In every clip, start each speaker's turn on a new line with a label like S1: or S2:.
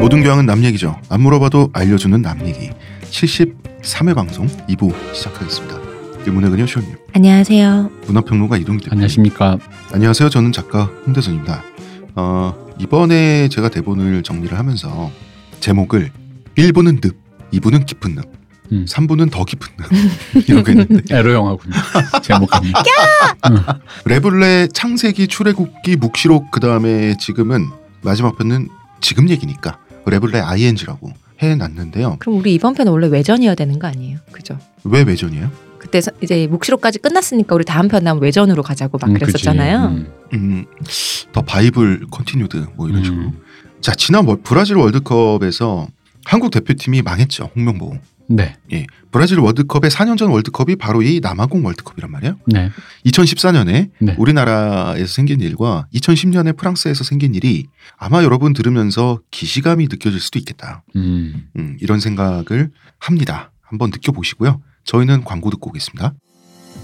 S1: 모든 교양은 남 얘기죠. 안 물어봐도 알려주는 남 얘기. 73회 방송 2부 시작하겠습니다. 네, 문학은요 시원님,
S2: 안녕하세요.
S1: 문화평론가 이동기 대표.
S3: 네. 안녕하십니까.
S1: 안녕하세요. 저는 작가 홍대선입니다. 어, 이번에 제가 대본을 정리를 하면서 제목을 1부는 늪, 2부는 깊은 늪,
S3: 음.
S1: 3부는 더 깊은 늪 이렇게 했는데
S3: 에로 영화군요. 제목이.
S1: 레블레 창세기 출애굽기 묵시록 그 다음에 지금은 마지막 편은 지금 얘기니까 레블레 ING라고 해놨는데요.
S2: 그럼 우리 이번 편 원래 외전이어야 되는 거 아니에요? 그죠?
S1: 왜 외전이에요?
S2: 그때 서- 이제 묵시록까지 끝났으니까 우리 다음 편 다음 외전으로 가자고 막
S3: 음,
S2: 그랬었잖아요.
S3: 그치. 음.
S1: 음, 더 바이블 컨티뉴드 뭐 이런 식으로.
S3: 음.
S1: 자 지난 월- 브라질 월드컵에서 한국 대표팀이 망했죠 홍명보.
S3: 네.
S1: 예, 브라질 월드컵의 4년 전 월드컵이 바로 이 남아공 월드컵이란 말이에요.
S3: 네.
S1: 2014년에
S3: 네.
S1: 우리나라에서 생긴 일과 2010년에 프랑스에서 생긴 일이 아마 여러분 들으면서 기시감이 느껴질 수도 있겠다.
S3: 음.
S1: 음, 이런 생각을 합니다. 한번 느껴보시고요. 저희는 광고 듣고 오겠습니다.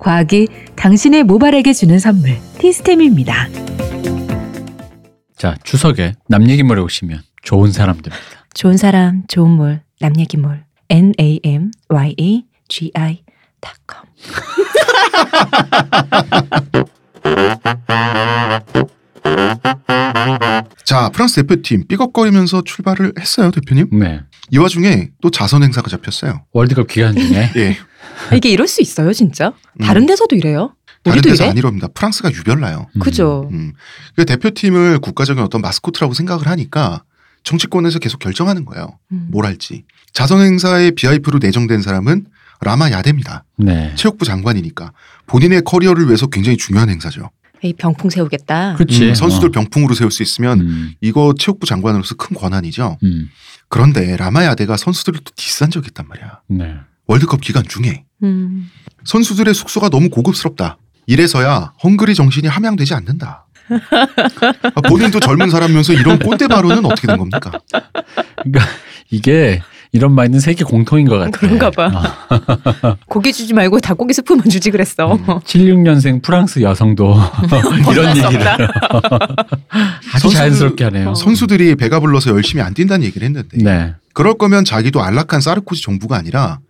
S4: 과학이 당신의 모발에게 주는 선물 티스템입니다.
S3: 자 추석에 남 얘기 모레 오시면 좋은 사람들입니다.
S2: 좋은 사람, 좋은 몰, 남 얘기 몰. N A M Y E G I .com.
S1: 자, 프랑스 대표팀 삐걱거리면서 출발을 했어요, 대표님.
S3: 네.
S1: 이 와중에 또 자선 행사가 잡혔어요.
S3: 월드컵 기간 중에
S1: 예.
S2: 아, 이게 이럴 수 있어요, 진짜?
S1: 음,
S2: 다른 데서도 이래요?
S1: 다른
S2: 우리도
S1: 데서
S2: 이래?
S1: 아니랍니다. 프랑스가 유별나요.
S3: 음,
S2: 그죠?
S1: 음. 그 대표팀을 국가적인 어떤 마스코트라고 생각을 하니까 정치권에서 계속 결정하는 거예요.
S2: 음.
S1: 뭘 할지. 자선 행사의 BIF로 내정된 사람은 라마 야데입니다.
S3: 네.
S1: 체육부 장관이니까 본인의 커리어를 위해서 굉장히 중요한 행사죠.
S2: 이 병풍 세우겠다.
S3: 그렇지.
S1: 음, 선수들 병풍으로 세울 수 있으면
S3: 어. 음.
S1: 이거 체육부 장관으로서 큰 권한이죠.
S3: 음.
S1: 그런데 라마 야데가 선수들을 또 디스한 적이 있단 말이야.
S3: 네.
S1: 월드컵 기간 중에
S2: 음.
S1: 선수들의 숙소가 너무 고급스럽다. 이래서야 헝그리 정신이 함양되지 않는다. 아, 본인도 젊은 사람면서 이런 꼰대 발언은 어떻게 된 겁니까?
S3: 이게 이런 마인드는 세계 공통인 것 같아. 어.
S2: 그런가 봐. 고기 주지 말고 닭고기 스프만 주지 그랬어.
S1: 음.
S3: 76년생 프랑스 여성도 이런
S2: 수
S1: 음.
S3: 얘기를 아주
S1: 선수-
S3: 자연스럽게 하네요.
S1: 선수들이 배가 불러서 열심히 안 뛴다는 얘기를 했는데
S3: 네.
S1: 그럴 거면 자기도 안락한 사르코지 정부가 아니라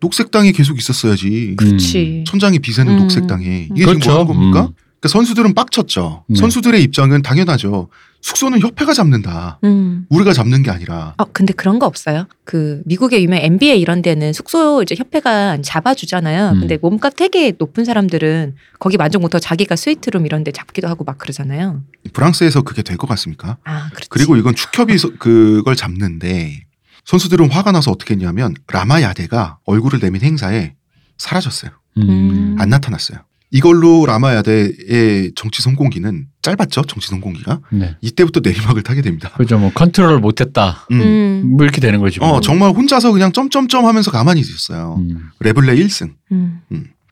S1: 녹색당이 계속 있었어야지.
S2: 그렇지.
S1: 천장이 비새는
S2: 음.
S1: 녹색당에 이게 지금 뭐
S3: 음. 그렇죠.
S1: 하는 겁니까?
S3: 음.
S1: 그러니까 선수들은 빡쳤죠.
S3: 네.
S1: 선수들의 입장은 당연하죠. 숙소는 협회가 잡는다.
S2: 음.
S1: 우리가 잡는 게 아니라
S2: 아 근데 그런 거 없어요? 그 미국의 유명 NBA 이런 데는 숙소 이제 협회가 잡아주잖아요.
S3: 음.
S2: 근데 몸값 되게 높은 사람들은 거기 만족 못하고 자기가 스위트룸 이런 데 잡기도 하고 막 그러잖아요.
S1: 프랑스에서 그게 될 것 같습니까?
S2: 아 그렇지.
S1: 그리고 이건 축협이 서- 그걸 잡는데 선수들은 화가 나서 어떻게 했냐면 라마 야데가 얼굴을 내민 행사에 사라졌어요.
S3: 음.
S1: 안 나타났어요. 이걸로 라마 야데의 정치 성공기는 짧았죠. 정치 성공기가
S2: 음.
S3: 네.
S1: 이때부터 내리막을 타게 됩니다.
S3: 그죠. 뭐 컨트롤 못했다.
S1: 음.
S2: 음.
S3: 뭐 이렇게 되는 거지. 뭐.
S1: 어 정말 혼자서 그냥 점점점 하면서 가만히 있었어요.
S3: 음.
S1: 레블레 1승.
S2: 음.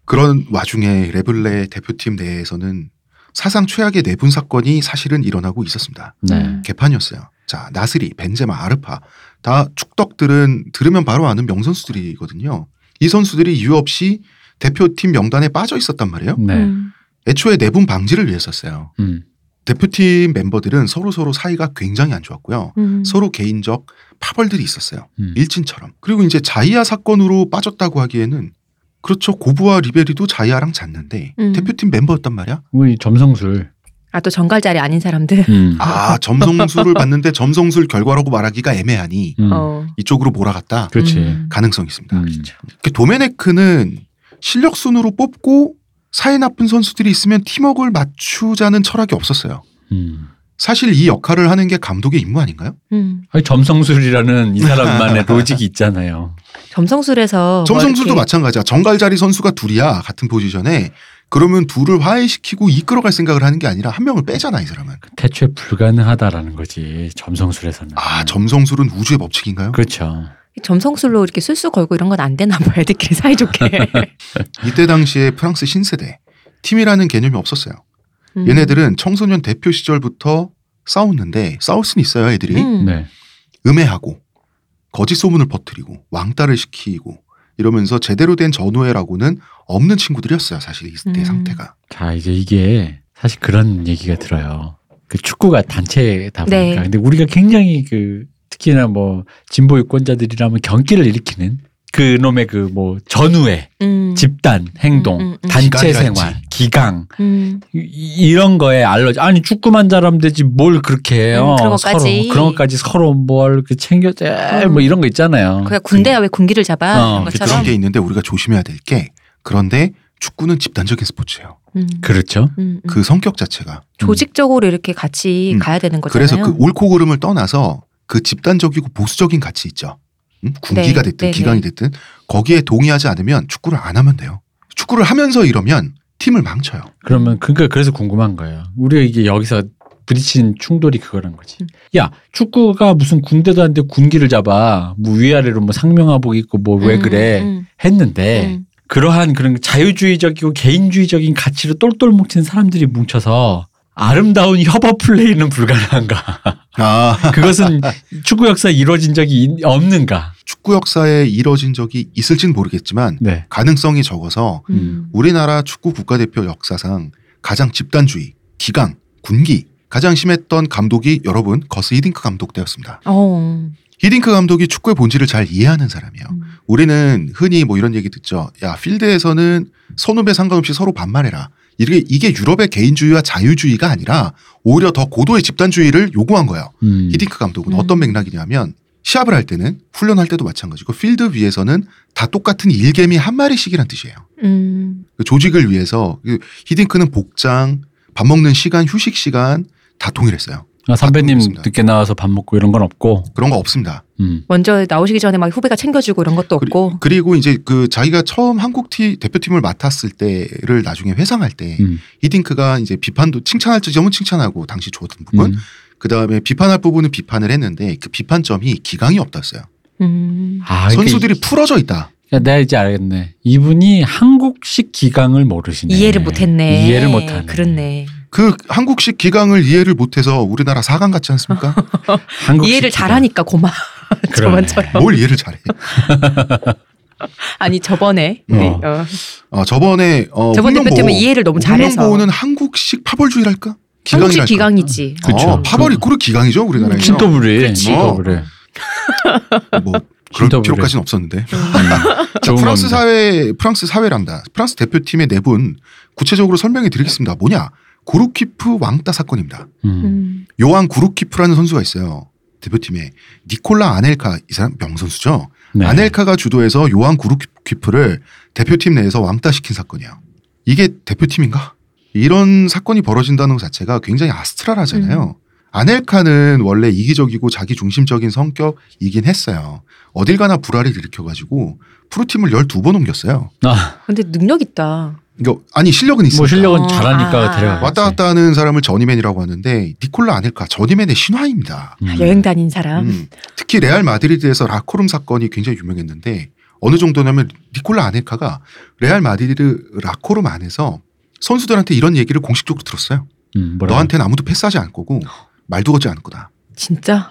S1: 그런 와중에 레블레 대표팀 내에서는 사상 최악의 네 내분 사건이 사실은 일어나고 있었습니다.
S2: 음.
S3: 네.
S1: 개판이었어요. 자, 나스리, 벤제마, 아르파 다 축덕들은 들으면 바로 아는 명선수들이거든요. 이 선수들이 이유 없이 대표팀 명단에 빠져 있었단 말이에요.
S3: 네.
S2: 음.
S1: 애초에 네 내분 방지를 위해서였어요.
S3: 음.
S1: 대표팀 멤버들은 서로 서로 사이가 굉장히 안 좋았고요.
S2: 음.
S1: 서로 개인적 파벌들이 있었어요.
S3: 음.
S1: 일진처럼. 그리고 이제 자이아 사건으로 빠졌다고 하기에는 그렇죠. 고부와 리베리도 자이아랑 잤는데
S2: 음.
S1: 대표팀 멤버였단 말이야.
S3: 우리 뭐 점성술.
S2: 아또 정갈 자리 아닌 사람들.
S3: 음.
S1: 아 점성술을 봤는데 점성술 결과라고 말하기가 애매하니
S3: 음.
S2: 어.
S1: 이쪽으로 몰아갔다.
S3: 그렇지.
S2: 음. 그렇죠.
S1: 가능성이 있습니다.
S3: 음.
S1: 그 도메네크는 실력 순으로 뽑고 사이 나쁜 선수들이 있으면 팀워크를 맞추자는 철학이 없었어요.
S3: 음.
S1: 사실 이 역할을 하는 게 감독의 임무 아닌가요?
S2: 음.
S3: 아니, 점성술이라는 이 사람만의 로직이 있잖아요.
S2: 점성술에서 뭐
S1: 점성술도
S2: 이렇게
S1: 마찬가지야. 정갈자리 선수가 둘이야 같은 포지션에 그러면 둘을 화해시키고 이끌어갈 생각을 하는 게 아니라 한 명을 빼잖아 이 사람은.
S3: 태초에 불가능하다라는 거지 점성술에서는.
S1: 아 점성술은 우주의 법칙인가요?
S3: 그렇죠.
S2: 점성술로 이렇게 술수 걸고 이런 건 안 되나 봐. 애들끼리 사이좋게.
S1: 이때 당시에 프랑스 신세대 팀이라는 개념이 없었어요.
S2: 음.
S1: 얘네들은 청소년 대표 시절부터 싸웠는데 싸울 순 있어요 애들이
S2: 음.
S3: 네.
S1: 음해하고 거짓 소문을 퍼뜨리고 왕따를 시키고 이러면서 제대로 된 전우회라고는 없는 친구들이었어요 사실 이때
S2: 음.
S1: 상태가
S3: 자 이제 이게 사실 그런 얘기가 들어요. 그 축구가 단체다 보니까
S2: 네.
S3: 근데 우리가 굉장히 그 특히나 뭐 진보 유권자들이라면 경기를 일으키는 그 놈의 그 뭐 전우회,
S2: 음.
S3: 집단
S2: 음,
S3: 행동,
S2: 음, 음.
S3: 단체
S1: 기강이랄지.
S3: 생활, 기강
S2: 음.
S3: 이- 이- 이런 거에 알러지. 아니 축구만 잘하면 되지 뭘 그렇게 해요?
S2: 음, 그런 것까지.
S3: 서로 그런 것까지 서로 뭘 그 챙겨 에이,
S2: 음.
S3: 뭐 이런 거 있잖아요.
S2: 그냥 군대야 왜 군기를 잡아?
S3: 어,
S2: 이런
S3: 그쵸.
S1: 그런
S2: 것처럼.
S1: 게 있는데 우리가 조심해야 될 게 그런데 축구는 집단적인 스포츠예요
S2: 음.
S3: 그렇죠.
S2: 음, 음.
S1: 그 성격 자체가
S2: 조직적으로 이렇게 같이
S1: 음.
S2: 가야 되는 거잖아요.
S1: 그래서 그 옳고 그름을 떠나서 그 집단적이고 보수적인 가치 있죠 음? 군기가
S2: 네,
S1: 됐든
S2: 네,
S1: 기강이 됐든 거기에 동의하지 않으면 축구를 안 하면 돼요 축구를 하면서 이러면 팀을 망쳐요
S3: 그러면 그러니까 그래서 궁금한 거예요. 우리가 이게 여기서 부딪힌 충돌이 그거란 거지.
S2: 음.
S3: 야 축구가 무슨 군대도 아닌데 군기를 잡아 뭐 위아래로 뭐 상명하복 입고 뭐 왜
S2: 음,
S3: 그래 예.
S2: 음,
S3: 했는데
S2: 음.
S3: 그러한 그런 자유주의적이고 개인주의적인 가치로 똘똘 뭉친 사람들이 뭉쳐서 아름다운 협업 플레이는 불가능한가?
S1: 아
S3: 그것은 축구 역사에 이루어진 적이 있- 없는가?
S1: 축구 역사에 이뤄진 적이 있을진 모르겠지만
S3: 네.
S1: 가능성이 적어서
S2: 음.
S1: 우리나라 축구 국가대표 역사상 가장 집단주의, 기강, 군기 가장 심했던 감독이 여러분 거스 히딩크 감독 때였습니다.
S2: 어.
S1: 히딩크 감독이 축구의 본질을 잘 이해하는 사람이에요.
S2: 음.
S1: 우리는 흔히 뭐 이런 얘기 듣죠. 야 필드에서는 선후배 상관없이 서로 반말해라. 이게 이게 유럽의 개인주의와 자유주의가 아니라 오히려 더 고도의 집단주의를 요구한 거예요.
S3: 음.
S1: 히딩크 감독은
S2: 음.
S1: 어떤 맥락이냐면 시합을 할 때는 훈련할 때도 마찬가지고 필드 위에서는 다 똑같은 일개미 한 마리씩이란 뜻이에요.
S2: 음.
S1: 그 조직을 위해서 그 히딩크는 복장, 밥 먹는 시간, 휴식 시간 다 동일했어요.
S3: 아, 선배님
S1: 그렇습니다.
S3: 늦게 나와서 밥 먹고 이런 건 없고.
S1: 그런 거 없습니다.
S3: 음.
S2: 먼저 나오시기 전에 막 후배가 챙겨주고 이런 것도
S1: 그리-
S2: 없고.
S1: 그리고 이제 그 자기가 처음 한국 티 대표팀을 맡았을 때를 나중에 회상할 때
S3: 음.
S1: 히딩크가 이제 비판도 칭찬할 점은 칭찬하고 당시 좋았던 부분,
S3: 음.
S1: 그 다음에 비판할 부분은 비판을 했는데 그 비판점이 기강이 없다어요
S2: 음.
S3: 아, 이게
S1: 선수들이 풀어져 있다.
S3: 야, 내가 이제 알겠네. 이분이 한국식 기강을 모르시네.
S2: 이해를 못했네.
S3: 이해를 못하네.
S2: 그렇네.
S1: 그 한국식 기강을 이해를 못해서 우리나라 4강 같지 않습니까?
S3: 한국식
S2: 이해를
S3: 기강.
S2: 잘하니까 고마.
S3: 그러네.
S2: 저번처럼.
S1: 뭘 이해를 잘해?
S2: 아니 저번에.
S1: 어.
S2: 우리, 어.
S1: 어, 저번에 어,
S2: 저번
S1: 홍명보,
S2: 대표팀은 이해를 너무 잘해서.
S1: 홍명보는 한국식 파벌주의랄까?
S2: 한국식
S1: 기강이랄까?
S2: 기강이지. 음.
S3: 그쵸.
S1: 어, 파벌이 꾸르 기강이죠 우리나라에서.
S3: 신더블이.
S2: 그렇지.
S3: 신더블이.
S1: 뭐 그런
S3: 신더블.
S1: 필요까지는 없었는데.
S2: 음.
S1: 자,
S3: 좋은
S1: 프랑스
S3: 겁니다.
S1: 사회 프랑스 사회란다. 프랑스 대표팀의 네 분 구체적으로 설명해 드리겠습니다. 뭐냐? 고르키프 왕따 사건입니다.
S3: 음.
S2: 음.
S1: 요한 고르키프라는 선수가 있어요. 대표팀에 니콜라 아넬카 이 사람 명선수죠.
S3: 네.
S1: 아넬카가 주도해서 요한 구르키프를 대표팀 내에서 왕따시킨 사건이에요. 이게 대표팀인가? 이런 사건이 벌어진다는 것 자체가 굉장히 아스트랄하잖아요.
S3: 음.
S1: 아넬카는 원래 이기적이고 자기중심적인 성격이긴 했어요. 어딜 가나 불화를 일으켜가지고 프로팀을 12번 옮겼어요.
S3: 아,
S2: 근데 능력 있다.
S1: 이거 아니 실력은 있어요.
S3: 뭐 실력은 네.
S2: 어,
S3: 잘하니까
S2: 아,
S3: 데려가.
S1: 왔다 갔다 하는 사람을 저니맨이라고 하는데 니콜라 아넬카 저니맨의 신화입니다.
S3: 음.
S2: 아, 여행 다닌 사람.
S1: 음. 특히 레알 마드리드에서 라코룸 사건이 굉장히 유명했는데 어느 정도냐면 니콜라 아넬카가 레알 마드리드 라코룸 안에서 선수들한테 이런 얘기를 공식적으로 들었어요.
S3: 음.
S1: 너한테는 아무도 패스하지 않을 거고 말도 거지 않을 거다.
S2: 진짜.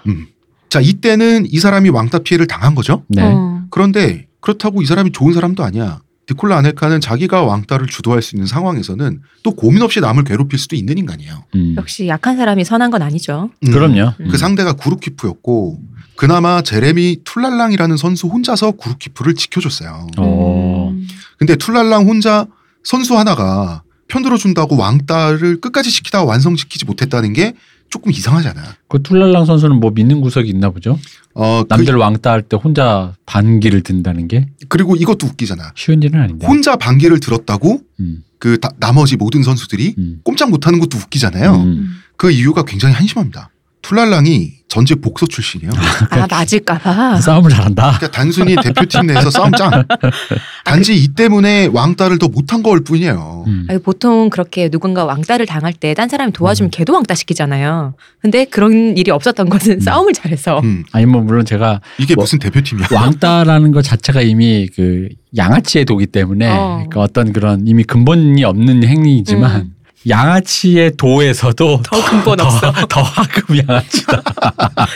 S1: 자 이때는 이 사람이 왕따 피해를 당한 거죠.
S3: 네.
S2: 어.
S1: 그런데 그렇다고 이 사람이 좋은 사람도 아니야. 니콜라 아넬카는 자기가 왕따를 주도할 수 있는 상황에서는 또 고민 없이 남을 괴롭힐 수도 있는 인간이에요.
S3: 음.
S2: 역시 약한 사람이 선한 건 아니죠.
S1: 음.
S3: 그럼요.
S2: 음.
S1: 그 상대가 구루키프였고 그나마 제레미 툴랄랑이라는 선수 혼자서 구루키프를 지켜줬어요.
S3: 어.
S2: 음.
S1: 근데 툴랄랑 혼자 선수 하나가 편들어준다고 왕따를 끝까지 시키다 완성시키지 못했다는 게 조금 이상하잖아.
S3: 그 툴랄랑 선수는 뭐 믿는 구석이 있나 보죠?
S1: 어, 그,
S3: 남들 왕따 할 때 혼자 반기를 든다는 게
S1: 그리고 이것도 웃기잖아.
S3: 쉬운 일은 아닌데.
S1: 혼자 반기를 들었다고
S3: 음.
S1: 그 다- 나머지 모든 선수들이
S3: 음.
S1: 꼼짝 못하는 것도 웃기잖아요.
S3: 음.
S2: 음.
S1: 그 이유가 굉장히 한심합니다. 툴랄랑이 전직 복소 출신이에요.
S3: 그러니까
S2: 아 맞을까봐.
S3: 그 싸움을 잘한다.
S1: 그러니까 단순히 대표팀 내에서 싸움짱. 단지 이 때문에 왕따를 더 못한 거일 뿐이에요.
S3: 음.
S2: 아니, 보통 그렇게 누군가 왕따를 당할 때 딴 사람이 도와주면
S3: 음.
S2: 걔도 왕따 시키잖아요. 근데 그런 일이 없었던 것은 싸움을 잘해서.
S1: 음,
S3: 아니 뭐 물론 제가
S1: 이게
S3: 뭐-
S1: 무슨 대표팀이야?
S3: 왕따라는 것 자체가 이미 그 양아치의 도기 때문에
S2: 어.
S3: 그러니까 어떤 그런 이미 근본이 없는 행위이지만
S2: 음.
S3: 양아치의 도에서도
S2: 더 근본 없어.
S3: 더, 더 화금 양아치다.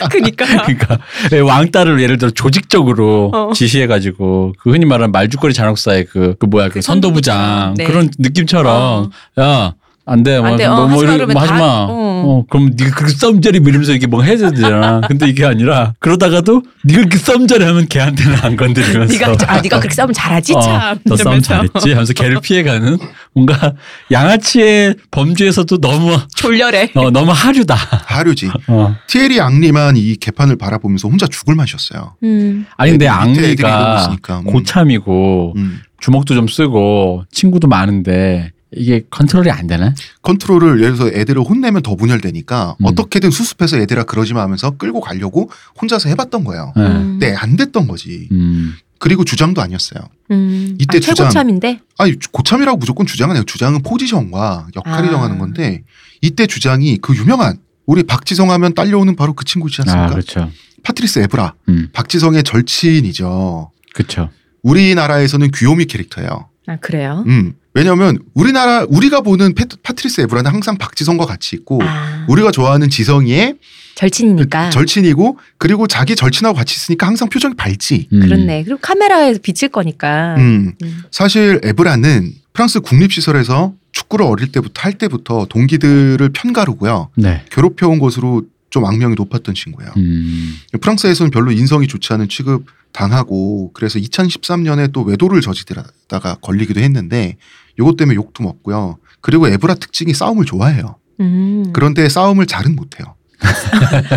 S2: 그니까.
S3: 그러니까 왕따를 예를 들어 조직적으로
S2: 어.
S3: 지시해가지고 그 흔히 말하는 말죽거리 잔혹사의 그, 그 뭐야 그,
S2: 그
S3: 선도부장
S2: 선도부장. 네. 어.
S3: 그런 느낌처럼 야. 안 돼. 뭐,
S2: 안 돼. 어,
S3: 뭐, 뭐,
S2: 하지 마
S3: 이런- 뭐
S2: 그러면
S3: 하지
S2: 다-
S3: 마.
S2: 어.
S3: 어, 그럼 네가 그 썸자리 밀면서 이렇게 뭐 해줘야 되잖아. 근데 이게 아니라 그러다가도 네가 이렇게 썸자리 하면 걔한테는 안 건드리면서.
S2: 네가 아 네가 그렇게 싸움 잘하지
S3: 어,
S2: 참.
S3: 너 싸움
S2: 이러면서.
S3: 잘했지 하면서 걔를 피해가는 뭔가 양아치의 범주에서도 너무
S2: 졸렬해.
S3: 어, 너무 하류다.
S1: 하류지.
S3: 어.
S1: 티에리 앙리만 이 개판을 바라보면서 혼자 죽을 맛이었어요.
S2: 음.
S3: 아니 근데
S1: 네, 밑에 애들이 이러고
S3: 악리가
S1: 있으니까. 음.
S3: 고참이고
S1: 음.
S3: 주먹도 좀 쓰고 친구도 많은데 이게 컨트롤이 안 되네.
S1: 컨트롤을 예를 들어서 애들을 혼내면 더 분열되니까
S3: 음.
S1: 어떻게든 수습해서 얘들아 그러지 마 하면서 끌고 가려고 혼자서 해봤던 거예요.
S3: 예.
S2: 음.
S1: 근데 안 됐던 거지.
S3: 음.
S1: 그리고 주장도 아니었어요.
S2: 음.
S1: 이때
S2: 아,
S1: 주장.
S2: 최고참인데.
S1: 아니 고참이라고 무조건 주장은 아니에요. 주장은 포지션과 역할이
S2: 아.
S1: 정하는 건데 이때 주장이 그 유명한 우리 박지성 하면 딸려오는 바로 그 친구지
S3: 아
S1: 않습니까?
S3: 그렇죠.
S1: 파트리스 에브라.
S3: 음.
S1: 박지성의 절친이죠.
S3: 그렇죠.
S1: 우리나라에서는 귀요미 캐릭터예요.
S2: 아 그래요.
S1: 음. 왜냐하면 우리나라 우리가 보는 패- 파트리스 에브라는 항상 박지성과 같이 있고
S3: 음.
S2: 아 그러니까.
S1: 우리가 좋아하는 지성이의
S2: 절친이니까.
S3: 그
S1: 절친이고 그리고 자기 절친하고 같이 있으니까 항상 표정이 밝지.
S3: 음.
S2: 그렇네. 그리고 카메라에서 비칠 거니까.
S1: 음.
S2: 음.
S1: 사실 에브라는 프랑스 국립시설에서 축구를 어릴 때부터 할 때부터 동기들을 편가르고요.
S3: 네.
S1: 괴롭혀온 것으로 좀 악명이 높았던 친구예요.
S3: 음.
S1: 프랑스에서는 별로 인성이 좋지 않은 취급 당하고 그래서 2013년에 또 외도를 저지르다가 걸리기도 했는데 요것 때문에 욕도 먹고요. 그리고 에브라 특징이 싸움을 좋아해요.
S2: 음.
S1: 그런데 싸움을 잘은 못해요.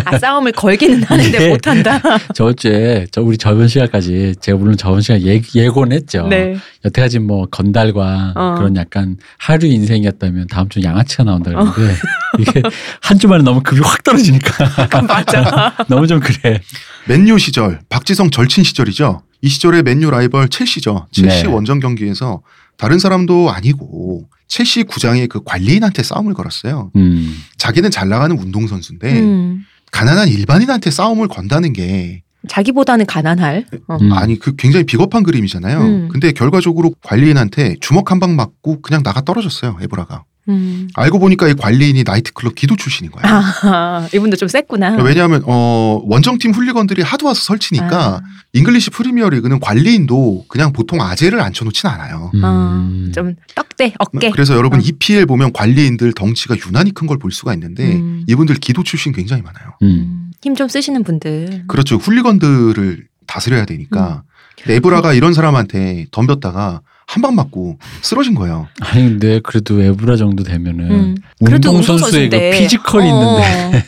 S2: 아 싸움을 걸기는 하는데
S3: 예.
S2: 못한다.
S3: 저번 주에 저 우리 저번 시간까지 제가 물론 저번 시간 예, 예고는 했죠.
S2: 네.
S3: 여태까지 뭐 건달과
S2: 어.
S3: 그런 약간 하류 인생이었다면 다음 주 양아치가 나온다
S2: 어.
S3: 그러는데 이게 한 주만에 너무 급이 확 떨어지니까
S2: 맞아.
S3: 너무 좀 그래.
S1: 맨유 시절, 박지성 절친 시절이죠. 이 시절의 맨유 라이벌 첼시죠. 첼시
S3: 네.
S1: 원정 경기에서 다른 사람도 아니고 첼시 구장의 그 관리인한테 싸움을 걸었어요.
S3: 음.
S1: 자기는 잘 나가는 운동선수인데
S2: 음.
S1: 가난한 일반인한테 싸움을 건다는 게
S2: 자기보다는 가난할. 어.
S3: 음.
S1: 아니 그 굉장히 비겁한 그림이잖아요.
S2: 음.
S1: 근데 결과적으로 관리인한테 주먹 한 방 맞고 그냥 나가 떨어졌어요. 에브라가.
S2: 음.
S1: 알고 보니까 이 관리인이 나이트클럽 기도 출신인 거야. 요
S2: 아, 이분도 좀 셌구나.
S1: 왜냐하면 어 원정팀 훌리건들이 하도 와서 설치니까
S2: 아.
S1: 잉글리시 프리미어 리그는 관리인도 그냥 보통 아재를 앉혀놓진 않아요.
S3: 음.
S2: 어, 좀 떡대
S3: 뭐
S2: 어깨.
S1: 그래서 여러분
S2: 어.
S1: EPL 보면 관리인들 덩치가 유난히 큰 걸 볼 수가 있는데
S2: 음.
S1: 이분들 기도 출신 굉장히 많아요.
S3: 음.
S2: 힘 좀 쓰시는 분들.
S1: 그렇죠. 훌리건들을 다스려야 되니까 에브라가 이런 사람한테 덤볐다가 한 방 맞고 쓰러진 거예요.
S3: 아니 근데 그래도 에브라 정도 되면은
S2: 음. 그래도
S3: 운동 선수의 그
S2: 운동선수인데. 어.
S3: 피지컬이 있는데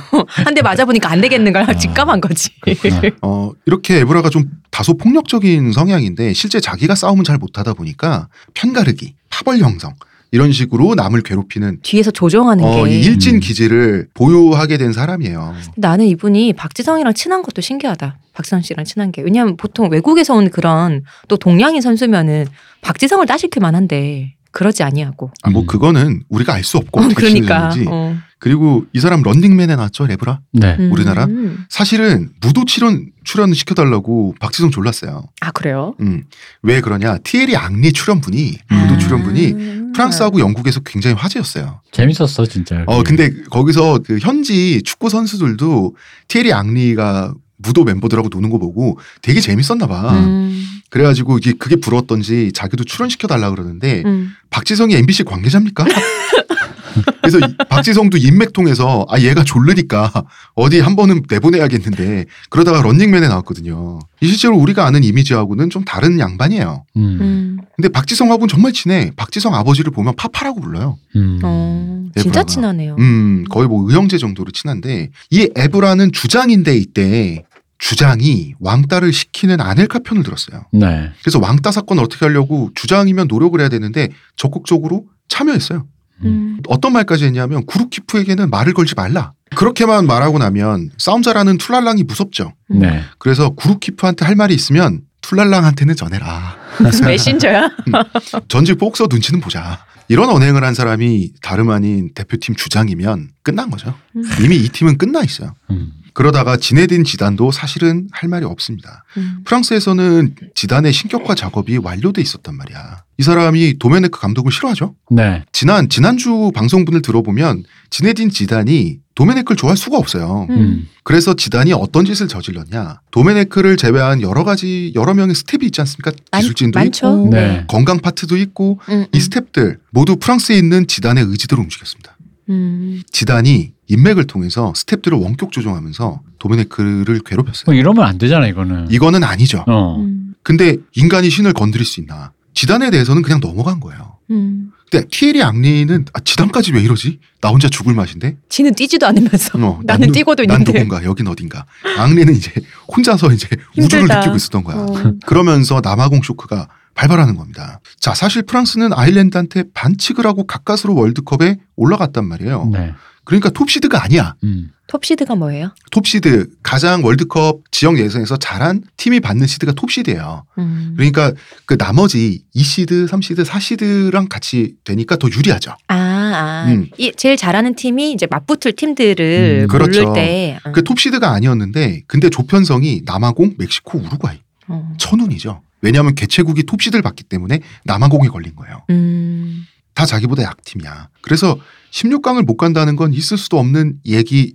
S2: 한 대 맞아 보니까 안 되겠는 걸
S3: 아,
S2: 직감한 거지.
S3: 그렇구나.
S1: 어, 이렇게 에브라가 좀 다소 폭력적인 성향인데 실제 자기가 싸움은 잘 못하다 보니까 편가르기, 파벌 형성 이런 식으로 남을 괴롭히는
S2: 뒤에서 조정하는
S1: 어,
S2: 게
S1: 이 일진
S3: 음.
S1: 기질을 보유하게 된 사람이에요.
S2: 나는 이분이 박지성이랑 친한 것도 신기하다. 박지성 씨랑 친한 게 왜냐하면 보통 외국에서 온 그런 또 동양인 선수면은 박지성을 따시킬만 한데 그러지 아니하고.
S1: 아, 뭐
S3: 음.
S1: 그거는 우리가 알 수 없고
S2: 어,
S1: 어떻게
S2: 그러니까.
S1: 친해졌는지.
S2: 어.
S1: 그리고 이 사람 런닝맨에 나왔죠 레브라.
S3: 네.
S2: 음.
S1: 우리나라? 사실은 무도 출연 출연 시켜달라고 박지성 졸랐어요.
S2: 아 그래요?
S1: 음. 왜 그러냐? 티에리 앙리 출연분이 무도
S2: 음.
S3: 아.
S1: 출연분이
S2: 아.
S1: 프랑스하고 영국에서 굉장히 화제였어요.
S3: 재밌었어 진짜.
S2: 음.
S1: 어 근데 거기서 그 현지 축구 선수들도 티에리 앙리가 무도 멤버들하고 노는 거 보고 되게 재밌었나 봐.
S2: 음.
S1: 그래가지고 이게 그게 부러웠던지 자기도 출연시켜 달라 그러는데
S2: 음.
S1: 박지성이 MBC 관계자입니까? 그래서 이- 박지성도 인맥 통해서 아 얘가 졸르니까 어디 한 번은 내보내야겠는데 그러다가 런닝맨에 나왔거든요. 이 실제로 우리가 아는 이미지하고는 좀 다른 양반이에요.
S3: 음.
S2: 음.
S1: 근데 박지성하고는 정말 친해. 박지성 아버지를 보면 파파라고 불러요.
S3: 음.
S2: 어,
S1: 예,
S2: 진짜
S1: 브라가.
S2: 친하네요.
S1: 음 거의 뭐 의형제 정도로 친한데 이 에브라는 주장인데 이때 주장이 왕따를 시키는 아넬카 편을 들었어요.
S3: 네.
S1: 그래서 왕따 사건 어떻게 하려고 주장이면 노력을 해야 되는데 적극적으로 참여했어요.
S2: 음.
S1: 어떤 말까지 했냐면 구루키프에게는 말을 걸지 말라. 그렇게만 말하고 나면 싸움자라는 툴랄랑이 무섭죠.
S2: 음.
S3: 네.
S1: 그래서 구루키프한테 할 말이 있으면 툴랄랑한테는 전해라.
S2: 무슨 메신저야?
S1: 전직 복서 눈치는 보자. 이런 언행을 한 사람이 다름 아닌 대표팀 주장이면 끝난 거죠.
S2: 음.
S1: 이미 이 팀은 끝나 있어요.
S3: 음.
S1: 그러다가 지네딘 지단도 사실은 할 말이 없습니다.
S2: 음.
S1: 프랑스에서는 지단의 신격화 작업이 완료돼 있었단 말이야. 이 사람이 도메네크 감독을 싫어하죠.
S3: 네.
S1: 지난 지난주 방송분을 들어보면 지네딘 지단이 도메네크를 좋아할 수가 없어요.
S2: 음.
S1: 그래서 지단이 어떤 짓을 저질렀냐? 도메네크를 제외한 여러 가지 여러 명의 스텝이 있지 않습니까?
S2: 많-
S1: 기술진도
S2: 많죠.
S1: 있고
S3: 네.
S1: 건강 파트도 있고
S2: 음,
S1: 이 스텝들 모두 프랑스에 있는 지단의 의지대로 움직였습니다.
S2: 음.
S1: 지단이 인맥을 통해서 스텝들을 원격 조종하면서 도메네크를
S3: 뭐
S1: 괴롭혔어요.
S3: 이러면 안 되잖아 이거는.
S1: 이거는 아니죠.
S3: 어.
S2: 음.
S1: 근데 인간이 신을 건드릴 수 있나? 지단에 대해서는 그냥 넘어간 거예요.
S2: 음.
S1: 근데 티에리 앙리는 아, 지단까지 왜 이러지? 나 혼자 죽을 맛인데?
S2: 지는 뛰지도 않으면서
S1: 어, 난
S2: 나는
S1: 누-
S2: 뛰고도
S1: 난
S2: 있는데.
S1: 누군가 여긴 어딘가. 앙리는 이제 혼자서 이제 우주를
S2: 힘들다.
S1: 느끼고 있었던 거야.
S2: 어.
S1: 그러면서 남아공 쇼크가 발발하는 겁니다. 자, 사실 프랑스는 아일랜드한테 반칙을 하고 가까스로 월드컵에 올라갔단 말이에요.
S3: 네.
S1: 그러니까 톱시드가 아니야.
S3: 음.
S2: 톱시드가 뭐예요?
S1: 톱시드 가장 월드컵 지역 예선에서 잘한 팀이 받는 시드가 톱시드예요.
S2: 음.
S1: 그러니까 그 나머지 2시드, 3시드, 4시드랑 같이 되니까 더 유리하죠.
S2: 아, 아.
S1: 음.
S2: 이 제일 잘하는 팀이 이제 맞붙을 팀들을
S3: 음,
S2: 고를
S1: 그렇죠.
S2: 때. 어.
S1: 그 톱시드가 아니었는데 근데 조편성이 남아공, 멕시코, 우루과이
S2: 어.
S1: 천운이죠. 왜냐하면 개최국이 톱시드를 받기 때문에 남아공에 걸린 거예요.
S2: 음.
S1: 다 자기보다 약팀이야. 그래서 16강을 못 간다는 건 있을 수도 없는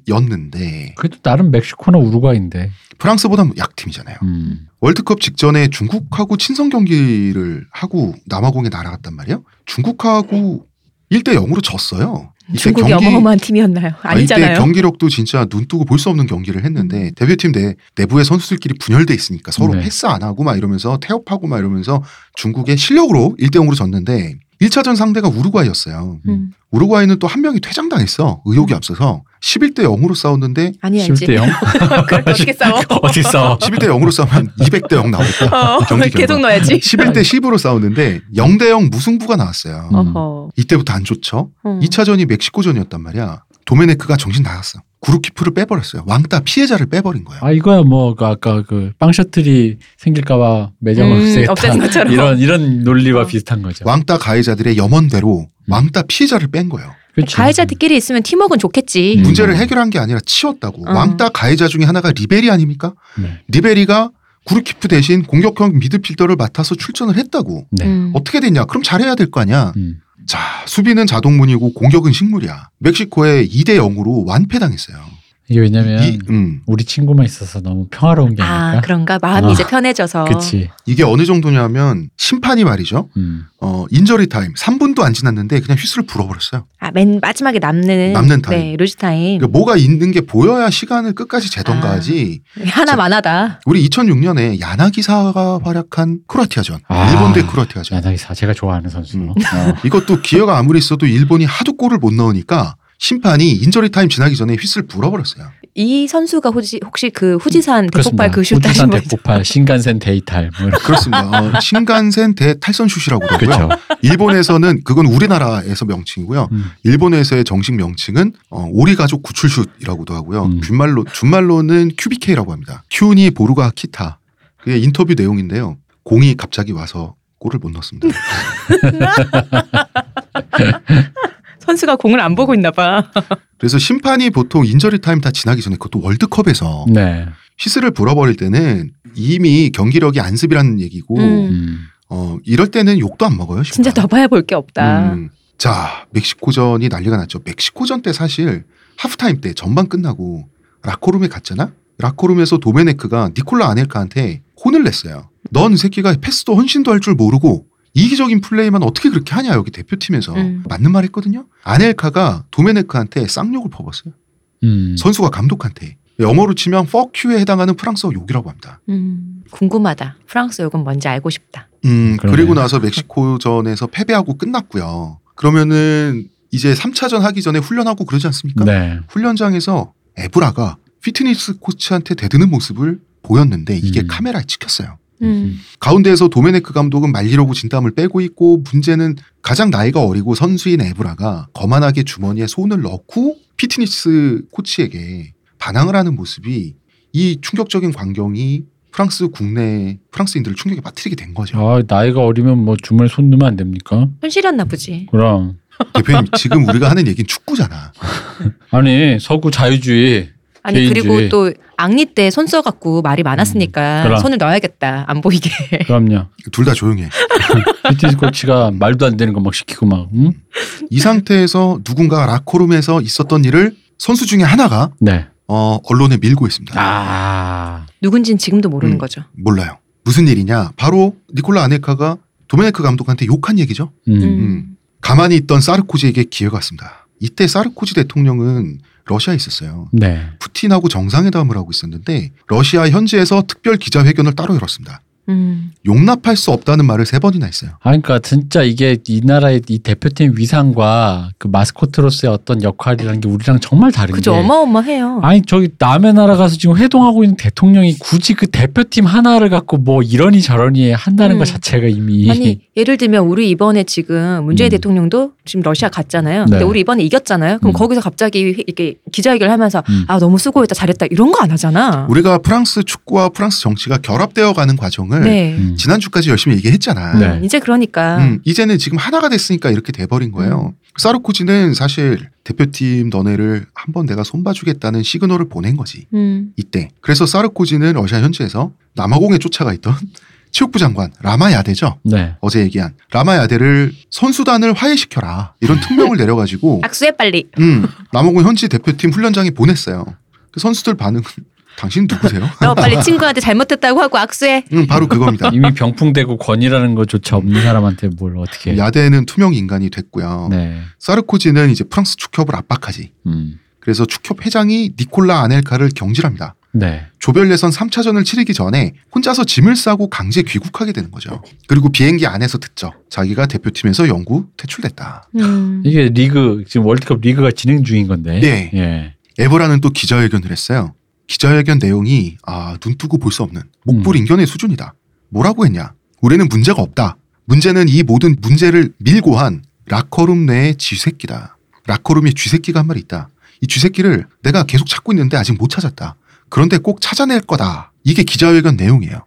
S1: 얘기였는데
S3: 그래도 나름 멕시코나 우루과이인데.
S1: 프랑스보다 약팀이잖아요.
S3: 음.
S1: 월드컵 직전에 중국하고 친선 경기를 하고 남아공에 날아갔단 말이에요. 중국하고 1대 0으로 졌어요. 이때
S2: 중국이 어마어마한 팀이었나요? 아니잖아요. 음.
S1: 이때 경기력도 진짜 눈 뜨고 볼 수 없는 경기를 했는데 대표팀 내 내부의 선수들끼리 분열돼 있으니까 서로
S3: 네.
S1: 패스 안 하고 막 이러면서 태업하고 막 이러면서 중국의 실력으로 1대 0으로 졌는데 1차전 상대가 우루과이였어요.
S2: 음.
S1: 우루과이는 또 한 명이 퇴장당했어. 의혹이 앞서서 11대 0으로 싸웠는데
S2: 아니 알지.
S3: 11대 0.
S2: 그럼 어떻게 싸워?
S3: 어떻게 싸워?
S1: 11대 0으로 싸우면 200대 0 나오겠다.
S2: 어,
S1: 경기
S2: 계속
S1: 결과.
S2: 넣어야지.
S1: 11대 10으로 싸우는데 0대 0 무승부가 나왔어요.
S3: 음.
S2: 어허.
S1: 이때부터 안 좋죠.
S2: 어.
S1: 음. 2차전이 멕시코전이었단 말이야. 도메네크가 정신 나갔어. 구루키프를 빼버렸어요. 왕따 피해자를 빼버린 거예요.
S3: 아 이거야 뭐그 아까 그 빵 셔틀이 생길까봐 매장을
S2: 음,
S3: 없애겠다.
S2: 없애는 것처럼.
S3: 이런 이런 논리와
S2: 어.
S3: 비슷한 거죠. 음.
S1: 왕따 가해자들의 염원대로 왕따 피해자를 뺀 거예요.
S3: 그렇죠.
S2: 가해자들끼리 있으면 팀워크는 좋겠지.
S3: 음.
S1: 문제를 해결한 게 아니라 치웠다고.
S2: 어.
S1: 왕따 가해자 중에 하나가 리베리 아닙니까?
S3: 네.
S1: 리베리가 구루키프 대신 공격형 미드필더를 맡아서 출전을 했다고.
S3: 네.
S2: 음.
S1: 어떻게 됐냐? 그럼 잘해야 될 거 아니야.
S3: 음.
S1: 자, 수비는 자동문이고 공격은 식물이야. 멕시코에 2대 0으로 완패당했어요.
S3: 이게 왜냐면
S1: 이, 음,
S3: 우리 친구만 있어서 너무 평화로운 게
S2: 아
S3: 아닐까.
S2: 그런가 마음이
S3: 어.
S2: 이제 편해져서.
S3: 그치.
S1: 이게 어느 정도냐면 심판이 말이죠.
S3: 음.
S1: 어, 인저리 타임 3분도 안 지났는데 그냥 휘슬을 불어버렸어요.
S2: 아맨 마지막에 남는
S1: 남는 타임.
S2: 네 루즈 타임
S1: 그러니까 뭐가 있는 게 보여야 시간을 끝까지 재던가
S2: 아.
S1: 하지.
S2: 하나만하다.
S1: 우리 2006년에 야나기사가 활약한 크로아티아전.
S3: 아.
S1: 일본 대 크로아티아전.
S3: 야나기사 제가 좋아하는 선수.
S1: 음.
S3: 어.
S1: 이것도 기회가 아무리 있어도 일본이 하도 골을 못 넣으니까 심판이 인저리 타임 지나기 전에 휘슬 불어버렸어요.
S2: 이 선수가 혹시, 혹시 그 후지산 뭐 대폭발
S3: 그렇습니다.
S2: 그슛 다시
S3: 호주산
S2: 번
S3: 대폭발, 신간센 데이탈 뭐 이런.
S1: 그렇습니다. 어, 신간센 대 탈선슛이라고 그러고요.
S3: 그렇죠.
S1: 일본에서는 그건 우리나라에서 명칭이고요.
S3: 음.
S1: 일본에서의 정식 명칭은 어, 오리가족 구출슛이라고도 하고요.
S3: 음.
S1: 준말로 준말로는 큐비케이라고 합니다. 큐니 보루가 키타. 그게 인터뷰 내용인데요. 공이 갑자기 와서 골을 못 넣었습니다.
S2: 선수가 공을 안 보고 있나 봐.
S1: 그래서 심판이 보통 인저리 타임 다 지나기 전에 그것도 월드컵에서
S2: 음.
S3: 네.
S1: 히스를 불어버릴 때는 이미 경기력이 안습이라는 얘기고
S2: 음.
S3: 음.
S1: 어, 이럴 때는 욕도 안 먹어요. 심판.
S2: 진짜 더 봐야 볼 게 없다.
S1: 음. 자, 멕시코전이 난리가 났죠. 멕시코전 때 사실 하프타임 때 전반 끝나고 라코룸에 갔잖아? 라코룸에서 도메네크가 니콜라 아넬카한테 혼을 냈어요. 넌 새끼가 패스도 헌신도 할 줄 모르고 이기적인 플레이만 어떻게 그렇게 하냐 여기 대표팀에서
S2: 음.
S1: 맞는 말 했거든요. 아넬카가 도메네크한테 쌍욕을 퍼봤어요.
S3: 음.
S1: 선수가 감독한테 영어로 치면 fuck you에 해당하는 프랑스어 욕이라고 합니다.
S2: 음, 궁금하다. 프랑스 욕은 뭔지 알고 싶다.
S1: 음,
S3: 그러네요.
S1: 그리고 나서 멕시코전에서 패배하고 끝났고요. 그러면은 이제 3차전 하기 전에 훈련하고 그러지 않습니까?
S3: 네.
S1: 훈련장에서 에브라가 피트니스 코치한테 대드는 모습을 보였는데 이게
S3: 음.
S1: 카메라에 찍혔어요.
S2: 음.
S1: 가운데에서 도메네크 감독은 말리로고 진땀을 빼고 있고 문제는 가장 나이가 어리고 선수인 에브라가 거만하게 주머니에 손을 넣고 피트니스 코치에게 반항을 하는 모습이 이 충격적인 광경이 프랑스 국내 프랑스인들을 충격에 빠뜨리게 된 거죠.
S3: 아, 나이가 어리면 뭐 주말 손 넣으면 안 됩니까?
S2: 현실이었나 보지.
S3: 그럼.
S1: 대표님 지금 우리가 하는 얘기는 축구잖아.
S3: 아니, 서구 자유주의.
S2: 아니
S3: 개인주의. 음.
S2: 그리고 또 악리 때 손 써갖고 말이 많았으니까
S3: 그럼.
S2: 손을 넣어야겠다 안 보이게.
S3: 그럼요.
S1: 둘 다 조용해.
S3: 피티스 코치가 말도 안 되는 거 막 시키고 막, 응?
S1: 이 상태에서 누군가 라코룸에서 있었던 일을 선수 중에 하나가
S3: 네.
S1: 어, 언론에 밀고 있습니다.
S3: 아.
S2: 누군진 지금도 모르는
S1: 음.
S2: 거죠.
S1: 몰라요. 무슨 일이냐? 바로 니콜라 아네카가 도메네크 감독한테 욕한 얘기죠.
S3: 음.
S1: 음. 가만히 있던 사르코지에게 기회가 왔습니다. 이때 사르코지 대통령은 러시아에 있었어요.
S3: 네.
S1: 푸틴하고 정상회담을 하고 있었는데 러시아 현지에서 특별 기자회견을 따로 열었습니다.
S2: 음.
S1: 용납할 수 없다는 말을 세 번이나 했어요.
S3: 아, 그러니까 진짜 이게 이 나라의 이 대표팀 위상과 그 마스코트로서의 어떤 역할이라는 게 우리랑 정말 다른
S2: 그죠
S3: 게
S2: 어마어마해요.
S3: 아니 저기 남의 나라 가서 지금 회동하고 있는 대통령이 굳이 그 대표팀 하나를 갖고 뭐 이러니 저러니 한다는
S2: 음.
S3: 것 자체가 이미
S2: 아니 예를 들면 우리 이번에 지금 문재인
S3: 음.
S2: 대통령도 지금 러시아 갔잖아요.
S3: 네.
S2: 근데 우리 이번에 이겼잖아요. 그럼
S3: 음.
S2: 거기서 갑자기 회- 이렇게 기자회견을 하면서
S3: 음.
S2: 아 너무 수고했다 잘했다 이런 거 안 하잖아.
S1: 우리가 프랑스 축구와 프랑스 정치가 결합되어 가는 과정을
S2: 네.
S3: 음.
S1: 지난주까지 열심히 얘기했잖아.
S3: 네.
S2: 음, 이제 그러니까
S1: 음, 이제는 지금 하나가 됐으니까 이렇게 돼버린 거예요.
S2: 음.
S1: 사르코지는 사실 대표팀 너네를 한번 내가 손봐주겠다는 시그널을 보낸 거지.
S2: 음.
S1: 이때. 그래서 사르코지는 러시아 현지에서 남아공에 쫓아가 있던 체육부 장관 라마야데죠.
S3: 네.
S1: 어제 얘기한 라마야데를 선수단을 화해시켜라 이런 특명을 내려가지고
S2: 악수해 빨리.
S1: 음, 남아공 현지 대표팀 훈련장에 보냈어요. 그 선수들 반응은 당신 누구세요?
S2: 너 빨리 친구한테 잘못했다고 하고 악수해.
S1: 음, 바로 그겁니다.
S3: 이미 병풍되고 권위라는 것조차 없는 사람한테 뭘 어떻게
S1: 야데는 투명 인간이 됐고요.
S3: 예. 네.
S1: 사르코지는 이제 프랑스 축협을 압박하지.
S3: 음.
S1: 그래서 축협 회장이 니콜라 아넬카를 경질합니다.
S3: 네.
S1: 조별 예선 3차전을 치르기 전에 혼자서 짐을 싸고 강제 귀국하게 되는 거죠. 그리고 비행기 안에서 듣죠. 자기가 대표팀에서 영구 퇴출됐다.
S2: 음.
S3: 이게 리그 지금 월드컵 리그가 진행 중인 건데.
S1: 네.
S3: 예.
S1: 에버라는 또 기자회견을 했어요. 기자회견 내용이 아, 눈 뜨고 볼 수 없는 목불 인견의 수준이다. 뭐라고 했냐? 우리는 문제가 없다. 문제는 이 모든 문제를 밀고 한 라커룸 내의 쥐새끼다. 라커룸에 쥐새끼가 한 마리 있다. 이 쥐새끼를 내가 계속 찾고 있는데 아직 못 찾았다. 그런데 꼭 찾아낼 거다. 이게 기자회견 내용이에요.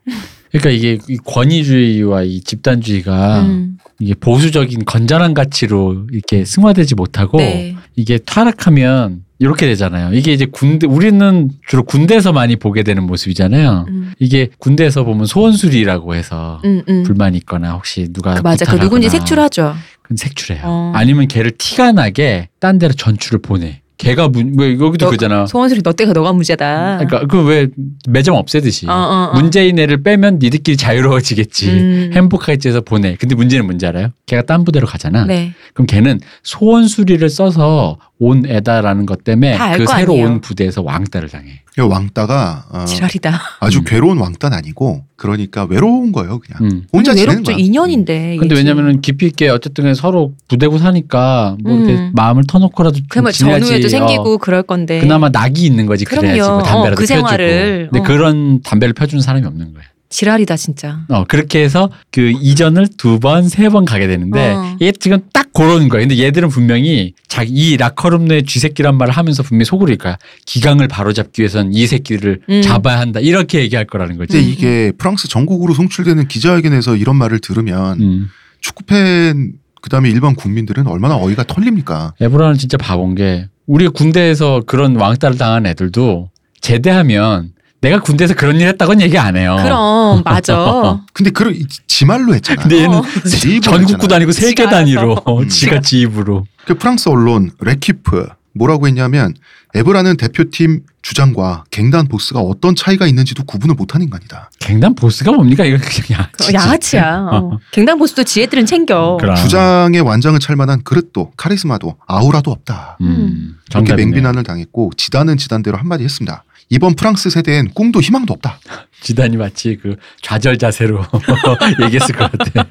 S3: 그러니까 이게 이 권위주의와 이 집단주의가
S2: 음.
S3: 이게 보수적인 건전한 가치로 이렇게 승화되지 못하고
S2: 네.
S3: 이게 타락하면 이렇게 되잖아요. 이게 이제 군대 우리는 주로 군대에서 많이 보게 되는 모습이잖아요.
S2: 음.
S3: 이게 군대에서 보면 소원수리라고 해서
S2: 음, 음.
S3: 불만이 있거나 혹시 누가
S2: 그 맞아. 그
S3: 부탁하거나
S2: 누군지 색출하죠.
S3: 그건 색출해요.
S2: 어.
S3: 아니면 걔를 티가 나게 딴 데로 전출을 보내. 걔가 문, 왜 여기도
S2: 너-
S3: 그잖아.
S2: 소원수리 너 때가 너가 문제다.
S3: 그러니까 그 왜 매점 없애듯이
S2: 어, 어, 어.
S3: 문재인 애를 빼면 니들끼리 자유로워지겠지.
S2: 음.
S3: 행복하겠지해서 보내. 근데 문제는 뭔지 알아요? 걔가 딴 부대로 가잖아.
S2: 네.
S3: 그럼 걔는 소원 수리를 써서 온 애다라는 것 때문에
S2: 다알
S3: 그
S2: 거
S3: 새로
S2: 아니에요.
S3: 온 부대에서 왕따를 당해.
S1: 이 왕따가 어,
S2: 지랄이다.
S1: 아주
S3: 음.
S1: 괴로운 왕따는 아니고 그러니까 외로운 거예요 그냥
S3: 음.
S1: 혼자
S2: 아니,
S1: 지내는
S2: 외롭죠.
S1: 거야.
S2: 2년인데.
S3: 근데 왜냐면은 깊이 있게 어쨌든 서로 부대고 사니까 뭐 이렇게
S2: 음.
S3: 마음을 터놓고라도 좀
S2: 그뭐
S3: 지내야지.
S2: 전후에도
S3: 어,
S2: 생기고 그럴 건데.
S3: 그나마 낙이 있는 거지 그래야지
S2: 그럼요.
S3: 뭐 담배라도
S2: 어, 그
S3: 펴주고.
S2: 생활을.
S3: 근데
S2: 어.
S3: 그런 담배를 펴주는 사람이 없는 거야.
S2: 지랄이다 진짜.
S3: 어 그렇게 해서 그 이전을 두 번 세 번 가게 되는데
S2: 어.
S3: 얘 지금 딱 그런 거야. 근데 얘들은 분명히 자기 이 라커룸 내 쥐새끼란 말을 하면서 분명히 속으로 일까 기강을 바로잡기 위해선 이 새끼를
S2: 음.
S3: 잡아야 한다 이렇게 얘기할 거라는 거지.
S1: 근데 이게 프랑스 전국으로 송출되는 기자회견에서 이런 말을 들으면
S3: 음.
S1: 축구팬 그다음에 일반 국민들은 얼마나 어이가 털립니까?
S3: 에브라는 진짜 바본 게 우리 군대에서 그런 왕따를 당한 애들도 제대하면 내가 군대에서 그런 일 했다고는 얘기 안 해요.
S2: 그럼 맞아.
S1: 근데 그 지말로 했잖아.
S3: 근데 얘는
S2: 어.
S1: 지입을
S3: 전국구도
S1: 했잖아요.
S3: 아니고 세계
S2: 지가
S3: 단위로 어,
S1: 음.
S3: 지가 지입으로.
S1: 그 프랑스 언론 레키프 뭐라고 했냐면 에브라는 대표팀 주장과 갱단 보스가 어떤 차이가 있는지도 구분을 못하는 인간이다.
S3: 갱단 보스가 뭡니까? 이거 그냥
S2: 그
S3: 야치.
S2: 양아치야. 어. 갱당 보수도 지혜들은 챙겨.
S3: 그럼.
S1: 주장의 완장을 찰 만한 그릇도 카리스마도 아우라도 없다.
S3: 음.
S1: 이렇게
S3: 정답이네.
S1: 맹비난을 당했고 지단은 지단대로 한마디 했습니다. 이번 프랑스 세대엔 꿈도 희망도 없다.
S3: 지단이 마치 그 좌절 자세로 얘기했을 것 같아.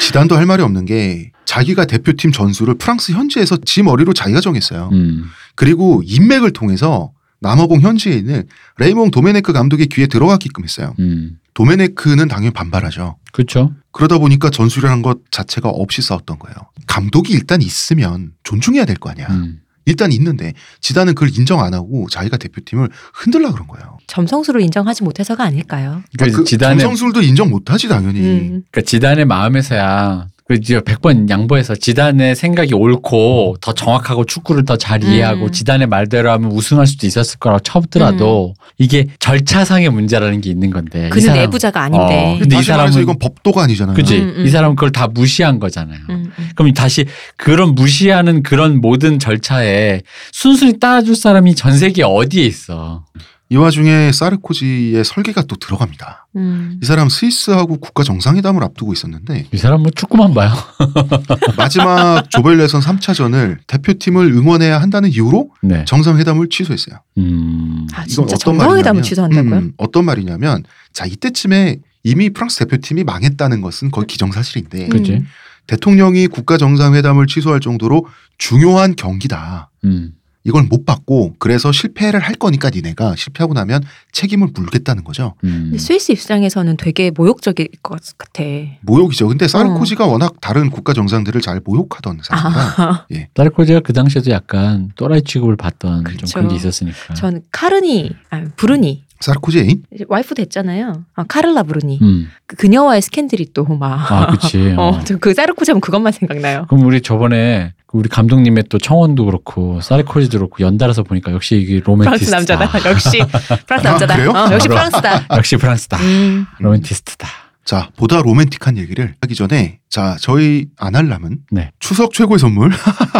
S1: 지단도 할 말이 없는 게 자기가 대표팀 전술을 프랑스 현지에서 지 머리로 자기가 정했어요.
S3: 음.
S1: 그리고 인맥을 통해서 남아공 현지에 있는 레이몽 도메네크 감독의 귀에 들어가게끔 했어요.
S3: 음.
S1: 도메네크는 당연히 반발하죠.
S3: 그렇죠.
S1: 그러다 보니까 전술이라는 것 자체가 없이 싸웠던 거예요. 감독이 일단 있으면 존중해야 될 거 아니야.
S3: 음.
S1: 일단 있는데 지단은 그걸 인정 안 하고 자기가 대표팀을 흔들라 그런 거예요.
S2: 점성수로 인정하지 못해서가 아닐까요?
S3: 그러니까
S1: 그
S3: 지단의
S1: 정성술도 인정 못하지 당연히.
S2: 음.
S3: 그러니까 지단의 마음에서야 그 이제 100번 양보해서 지단의 생각이 옳고 더 정확하고 축구를 더 잘
S2: 음.
S3: 이해하고 지단의 말대로 하면 우승할 수도 있었을 거라고 쳐보더라도 이게 절차상의 문제라는 게 있는 건데 이
S2: 그는
S3: 사람-
S2: 내부자가 아닌데.
S3: 어, 근데 이
S1: 다시 말해서
S3: 사람은-
S1: 이건 법도가 아니잖아요.
S3: 그치
S2: 음, 음.
S3: 이 사람은 그걸 다 무시한 거잖아요.
S2: 음, 음.
S3: 그럼 다시 그런 무시하는 그런 모든 절차에 순순히 따라줄 사람이 전 세계 어디에 있어?
S1: 이 와중에 사르코지의 설계가 또 들어갑니다.
S2: 음.
S1: 이 사람 스위스하고 국가 정상회담을 앞두고 있었는데
S3: 이 사람 뭐 축구만 봐요.
S1: 마지막 조별 예선 3차전을 대표팀을 응원해야 한다는 이유로
S3: 네.
S1: 정상회담을 취소했어요.
S3: 음.
S2: 아
S1: 이건
S2: 진짜
S1: 어떤
S2: 정상회담을
S1: 말이냐면,
S2: 취소한다고요?
S1: 음, 어떤 말이냐면 자 이때쯤에 이미 프랑스 대표팀이 망했다는 것은 거의 기정사실인데
S3: 그치.
S2: 음.
S1: 대통령이 국가 정상회담을 취소할 정도로 중요한 경기다.
S3: 음.
S1: 이걸 못 받고 그래서 실패를 할 거니까 니네가 실패하고 나면 책임을 물겠다는 거죠.
S3: 음.
S2: 근데 스위스 입장에서는 되게 모욕적일 것 같아.
S1: 모욕이죠. 근데 사르코지가 워낙 다른 국가 정상들을 잘 모욕하던 사람이라
S2: 아,
S3: 다르코제가 그 당시에도 약간 또라이 취급을 받던
S2: 그렇죠.
S3: 좀 그런 게 있었으니까.
S2: 전 카르니, 아, 브루니
S1: 사르코지 애인?
S2: 이제 와이프 됐잖아요. 아, 카를라 브루니.
S3: 음.
S2: 그 그녀와의 스캔들이 또 막.
S3: 아, 그치. 어.
S2: 어, 저그 사르코지 하면 그것만 생각나요.
S3: 그럼 우리 저번에 그 우리 감독님의 또 청원도 그렇고 사리코지도 그렇고 연달아서 보니까 역시 이게
S2: 프랑스
S3: 로맨티스트다.
S2: 남자다. 역시 프랑스
S1: 아,
S2: 남자다.
S1: 그래요?
S2: 어, 역시
S3: 바로.
S2: 프랑스다.
S3: 역시 프랑스다.
S2: 음.
S3: 로맨티스트다.
S1: 자 보다 로맨틱한 얘기를 하기 전에 자 저희 아날람은
S3: 네.
S1: 추석 최고의 선물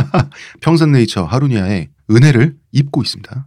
S1: 평산네이처 하루니아의 은혜를 입고 있습니다.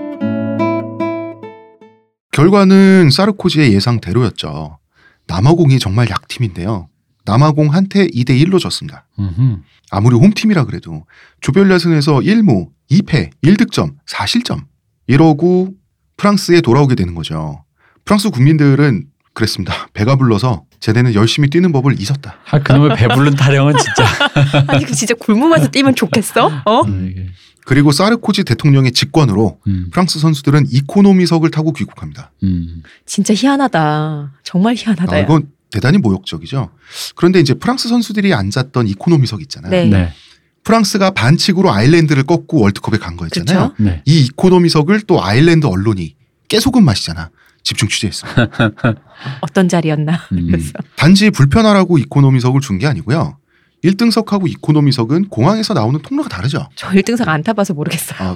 S1: 결과는 사르코지의 예상대로였죠. 남아공이 정말 약팀인데요. 남아공한테 2대 1로 졌습니다.
S3: 음흠.
S1: 아무리 홈팀이라 그래도 조별 예선에서 1무, 2패, 1득점, 4실점 이러고 프랑스에 돌아오게 되는 거죠. 프랑스 국민들은 그랬습니다. 배가 불러서 쟤네는 열심히 뛰는 법을 잊었다.
S3: 아, 그놈의 배부른 타령은 진짜.
S2: 아니 그 진짜 굶으면서 뛰면 좋겠어? 어?
S3: 아, 이게.
S1: 그리고 사르코지 대통령의 직권으로
S3: 음.
S1: 프랑스 선수들은 이코노미석을 타고 귀국합니다.
S3: 음.
S2: 진짜 희한하다. 정말 희한하다.
S1: 아,
S2: 야.
S1: 이건 대단히 모욕적이죠. 그런데 이제 프랑스 선수들이 앉았던 이코노미석 있잖아요.
S2: 네.
S3: 네.
S1: 프랑스가 반칙으로 아일랜드를 꺾고 월드컵에 간 거였잖아요.
S2: 그렇죠.
S3: 네.
S1: 이 이코노미석을 또 아일랜드 언론이 깨소금 맛이잖아. 집중 취재했어.
S2: 어떤 자리였나.
S3: 음.
S2: 그래서
S1: 단지 불편하라고 이코노미석을 준 게 아니고요. 1등석하고 이코노미석은 공항에서 나오는 통로가 다르죠.
S2: 저 1등석 안 타봐서
S1: 아,
S2: 모르겠어요.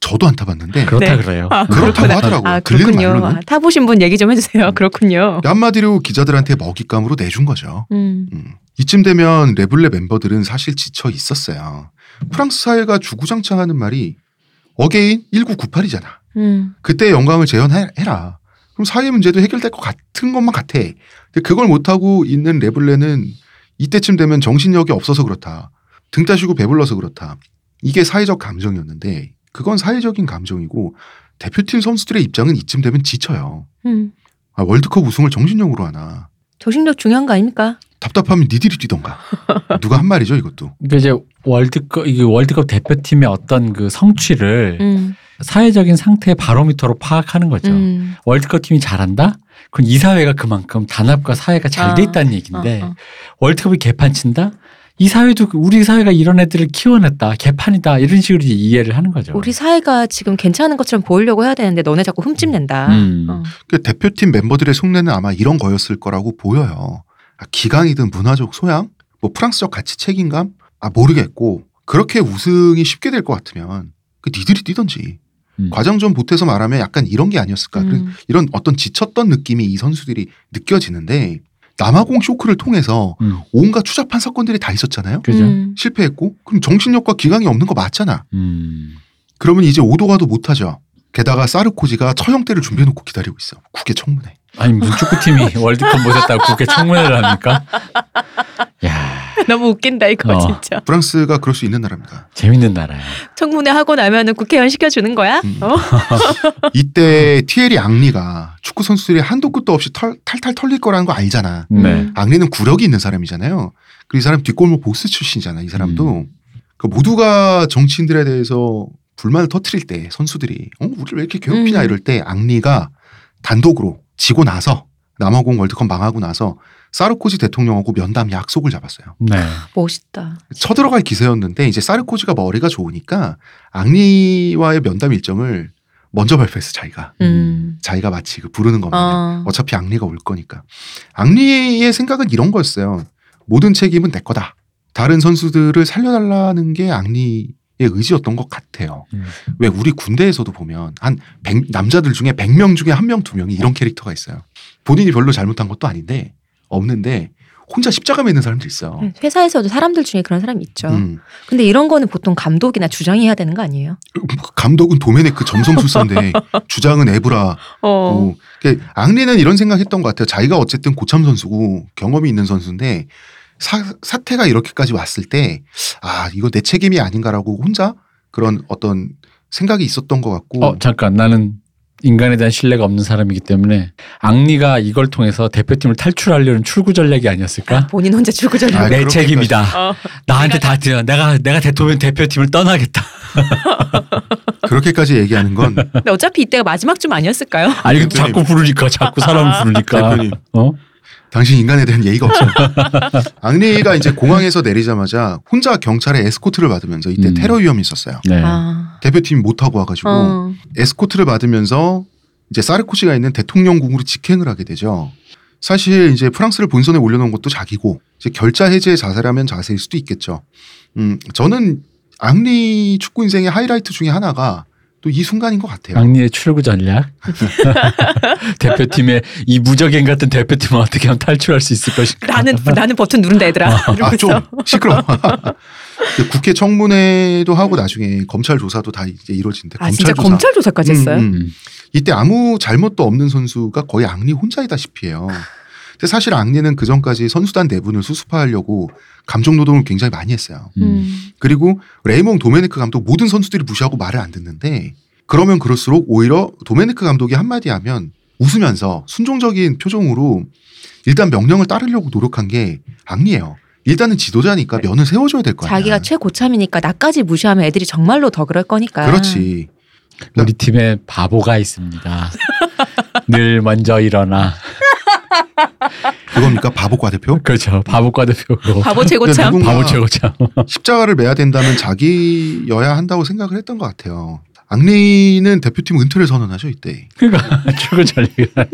S1: 저도 안 타봤는데
S3: 그렇다
S2: 네.
S3: 그래요.
S2: 아,
S1: 그렇다고 하더라고요.
S2: 아
S1: 어, 들리는
S2: 그렇군요.
S1: 말로는.
S2: 아, 타보신 분 얘기 좀 해주세요. 그렇군요.
S1: 한마디로 기자들한테 먹잇감으로 내준 거죠.
S2: 음.
S1: 음. 이쯤 되면 레블레 멤버들은 사실 지쳐 있었어요. 프랑스 사회가 주구장창하는 말이 어게인 1998이잖아.
S2: 음.
S1: 그때 영광을 재현해라. 그럼 사회 문제도 해결될 것 같은 것만 같아. 근데 그걸 못하고 있는 레블레는 이때쯤 되면 정신력이 없어서 그렇다. 등 따시고 배불러서 그렇다. 이게 사회적 감정이었는데 그건 사회적인 감정이고 대표팀 선수들의 입장은 이쯤 되면 지쳐요.
S2: 음.
S1: 아, 월드컵 우승을 정신력으로 하나.
S2: 조직력 중요한 거 아닙니까?
S1: 답답하면 니들이 뛰던가. 누가 한 말이죠 이것도.
S3: 그러니까 이제 월드컵 이게 월드컵 대표팀의 어떤 그 성취를
S2: 음.
S3: 사회적인 상태의 바로미터로 파악하는 거죠.
S2: 음.
S3: 월드컵 팀이 잘한다? 그건 이 사회가 그만큼 단합과 사회가 잘 돼
S2: 아,
S3: 있다는 얘기인데
S2: 어, 어.
S3: 월드컵이 개판친다? 이 사회도 그 우리 사회가 이런 애들을 키워냈다 개판이다 이런 식으로 이제 이해를 하는 거죠.
S2: 우리 사회가 지금 괜찮은 것처럼 보이려고 해야 되는데 너네 자꾸 흠집낸다.
S3: 음.
S2: 어.
S1: 그 대표팀 멤버들의 속내는 아마 이런 거였을 거라고 보여요. 아, 기강이든 문화적 소양, 뭐 프랑스적 가치 책임감, 아 모르겠고 그렇게 우승이 쉽게 될 것 같으면 그 니들이 뛰던지
S3: 음.
S1: 과장 좀 보태서 말하면 약간 이런 게 아니었을까? 그러니까 그런-
S2: 음.
S1: 이런 어떤 지쳤던 느낌이 이 선수들이 느껴지는데 남아공 쇼크를 통해서
S3: 음.
S1: 온갖 추잡한 사건들이 다 있었잖아요.
S3: 그죠? 음.
S2: 음.
S1: 실패했고 그럼 정신력과 기강이 없는 거 맞잖아.
S3: 음.
S1: 그러면 이제 오도가도 못하죠. 게다가 사르코지가 처형대를 준비해놓고 기다리고 있어. 국외 청문회.
S3: 아니 무슨 축구팀이 월드컵 못했다고 국회 청문회를 합니까? 야
S2: 너무 웃긴다 이거
S3: 어.
S2: 진짜.
S1: 프랑스가 그럴 수 있는 나라입니다.
S3: 재밌는 나라야.
S2: 청문회 하고 나면은 국회의원 시켜주는 거야?
S1: 음.
S2: 어?
S1: 이때 티에리 앙리가 축구 선수들이 한도 끝도 없이 털, 탈탈 털릴 거라는 거 알잖아.
S2: 음.
S3: 네.
S1: 앙리는 구력이 있는 사람이잖아요. 그리고 이 사람 뒷골목 복수 출신이잖아. 이 사람도
S2: 음.
S1: 그 모두가 정치인들에 대해서 불만을 터트릴 때 선수들이 어 우리를 왜 이렇게 괴롭히냐
S2: 음.
S1: 이럴 때 앙리가 단독으로 지고 나서 남아공 월드컵 망하고 나서 사르코지 대통령하고 면담 약속을 잡았어요.
S3: 네.
S2: 멋있다.
S1: 쳐들어갈 기세였는데 이제 사르코지가 머리가 좋으니까 앙리와의 면담 일정을 먼저 발표했어 자기가.
S2: 음.
S1: 자기가 마치 그 부르는 것만 어.
S2: 어.
S1: 어차피 앙리가 올 거니까 앙리의 생각은 이런 거였어요 모든 책임은 내 거다 다른 선수들을 살려달라는 게 앙리의 의지였던 것 같아요
S3: 음.
S1: 왜 우리 군대에서도 보면 한 100 남자들 중에 100명 중에 한 명 두 명이 이런 캐릭터가 있어요 본인이 별로 잘못한 것도 아닌데 없는데 혼자 십자가 매는 사람들 있어요
S2: 회사에서도 사람들 중에 그런 사람 있죠.
S1: 음.
S2: 근데 이런 거는 보통 감독이나 주장이 해야 되는 거 아니에요?
S1: 감독은 도메네크 점성술사인데 주장은 에브라
S2: 어.
S1: 어. 그러니까 앙리는 이런 생각했던 것 같아요. 자기가 어쨌든 고참 선수고 경험이 있는 선수인데 사, 사태가 이렇게까지 왔을 때 아, 이거 내 책임이 아닌가라고 혼자 그런 어떤 생각이 있었던 것 같고
S3: 어 잠깐 나는 인간에 대한 신뢰가 없는 사람이기 때문에 앙리가 이걸 통해서 대표팀을 탈출하려는 출구 전략이 아니었을까?
S2: 본인 혼자 출구 전략.
S1: 아,
S3: 내
S1: 그렇게까지.
S3: 책임이다.
S2: 어.
S3: 나한테 다 들어. 내가 내가 대통령 대표팀을 떠나겠다.
S1: 그렇게까지 얘기하는 건
S2: 근데 어차피 이때가 마지막 쯤 아니었을까요?
S3: 아니 근데
S1: 대표님.
S3: 자꾸 부르니까 자꾸 사람 부르니까.
S1: 대표님
S3: 어?
S1: 당신 인간에 대한 예의가 없어요. 앙리가 이제 공항에서 내리자마자 혼자 경찰의 에스코트를 받으면서 이때
S3: 음.
S1: 테러 위험이 있었어요.
S3: 네.
S2: 아.
S1: 대표팀이 못 하고 와가지고
S2: 어.
S1: 에스코트를 받으면서 이제 사르코시가 있는 대통령궁으로 직행을 하게 되죠. 사실 이제 프랑스를 본선에 올려놓은 것도 자기고 이제 결자 해제의 자세라면 자세일 수도 있겠죠. 음, 저는 앙리 축구 인생의 하이라이트 중에 하나가 또 이 순간인 것 같아요.
S3: 앙리의 출구 전략. 대표팀의 이 무적행 같은 대표팀을 어떻게 하면 탈출할 수 있을 것인가.
S2: 나는 나는 버튼 누른다 얘들아.
S1: 아,
S2: 이러면서.
S1: 좀 시끄러워. 근데 국회 청문회도 하고 나중에 검찰 조사도 다 이제 이루어지는데
S2: 아 진짜 검찰 조사까지 했어요?
S1: 음, 음. 이때 아무 잘못도 없는 선수가 거의 앙리 혼자이다시피 해요. 근데 사실 앙리는 그 전까지 선수단 내분을 수습하려고 감정 노동을 굉장히 많이 했어요.
S3: 음.
S1: 그리고 레이몽 도메네크 감독 모든 선수들이 무시하고 말을 안 듣는데 그러면 그럴수록 오히려 도메네크 감독이 한마디 하면 웃으면서 순종적인 표정으로 일단 명령을 따르려고 노력한 게 앙리예요. 일단은 지도자니까 면을 세워줘야 될 거야.
S2: 네. 자기가 최고참이니까 나까지 무시하면 애들이 정말로 더 그럴 거니까.
S1: 그렇지.
S3: 우리 팀에 바보가 있습니다. 늘 먼저 일어나.
S1: 그겁니까 바보과 대표?
S3: 그렇죠. 바보과 대표고.
S2: 바보
S1: 근데
S2: 최고참.
S1: 누군가
S3: 바보 최고참.
S1: 십자가를 매야 된다면 자기여야 한다고 생각을 했던 것 같아요. 앙리는 대표팀 은퇴를 선언하죠 이때.
S3: 그러니까 출구 전략.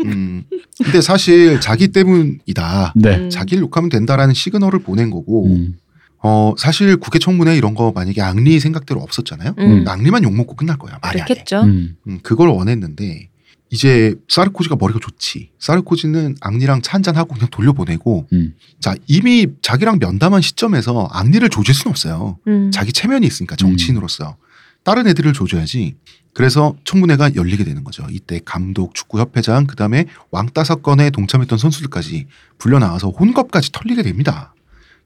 S1: 음. 근데 사실 자기 때문이다.
S3: 네.
S2: 음.
S1: 자기를 욕하면 된다라는 시그널을 보낸 거고,
S3: 음.
S1: 어 사실 국회 청문회 이런 거 만약에 앙리 생각대로 없었잖아요.
S2: 음.
S1: 앙리만 욕 먹고 끝날 거야. 말이 안 돼.
S2: 그렇겠죠.
S3: 음.
S1: 음, 그걸 원했는데 이제 사르코지가 머리가 좋지. 사르코지는 앙리랑 차 한잔 하고 그냥 돌려보내고,
S3: 음.
S1: 자 이미 자기랑 면담한 시점에서 앙리를 조질 수는 없어요.
S2: 음.
S1: 자기 체면이 있으니까 정치인으로서
S3: 음.
S1: 다른 애들을 조져야지. 그래서 청문회가 열리게 되는 거죠. 이때 감독, 축구협회장, 그 다음에 왕따 사건에 동참했던 선수들까지 불려나와서 혼겁까지 털리게 됩니다.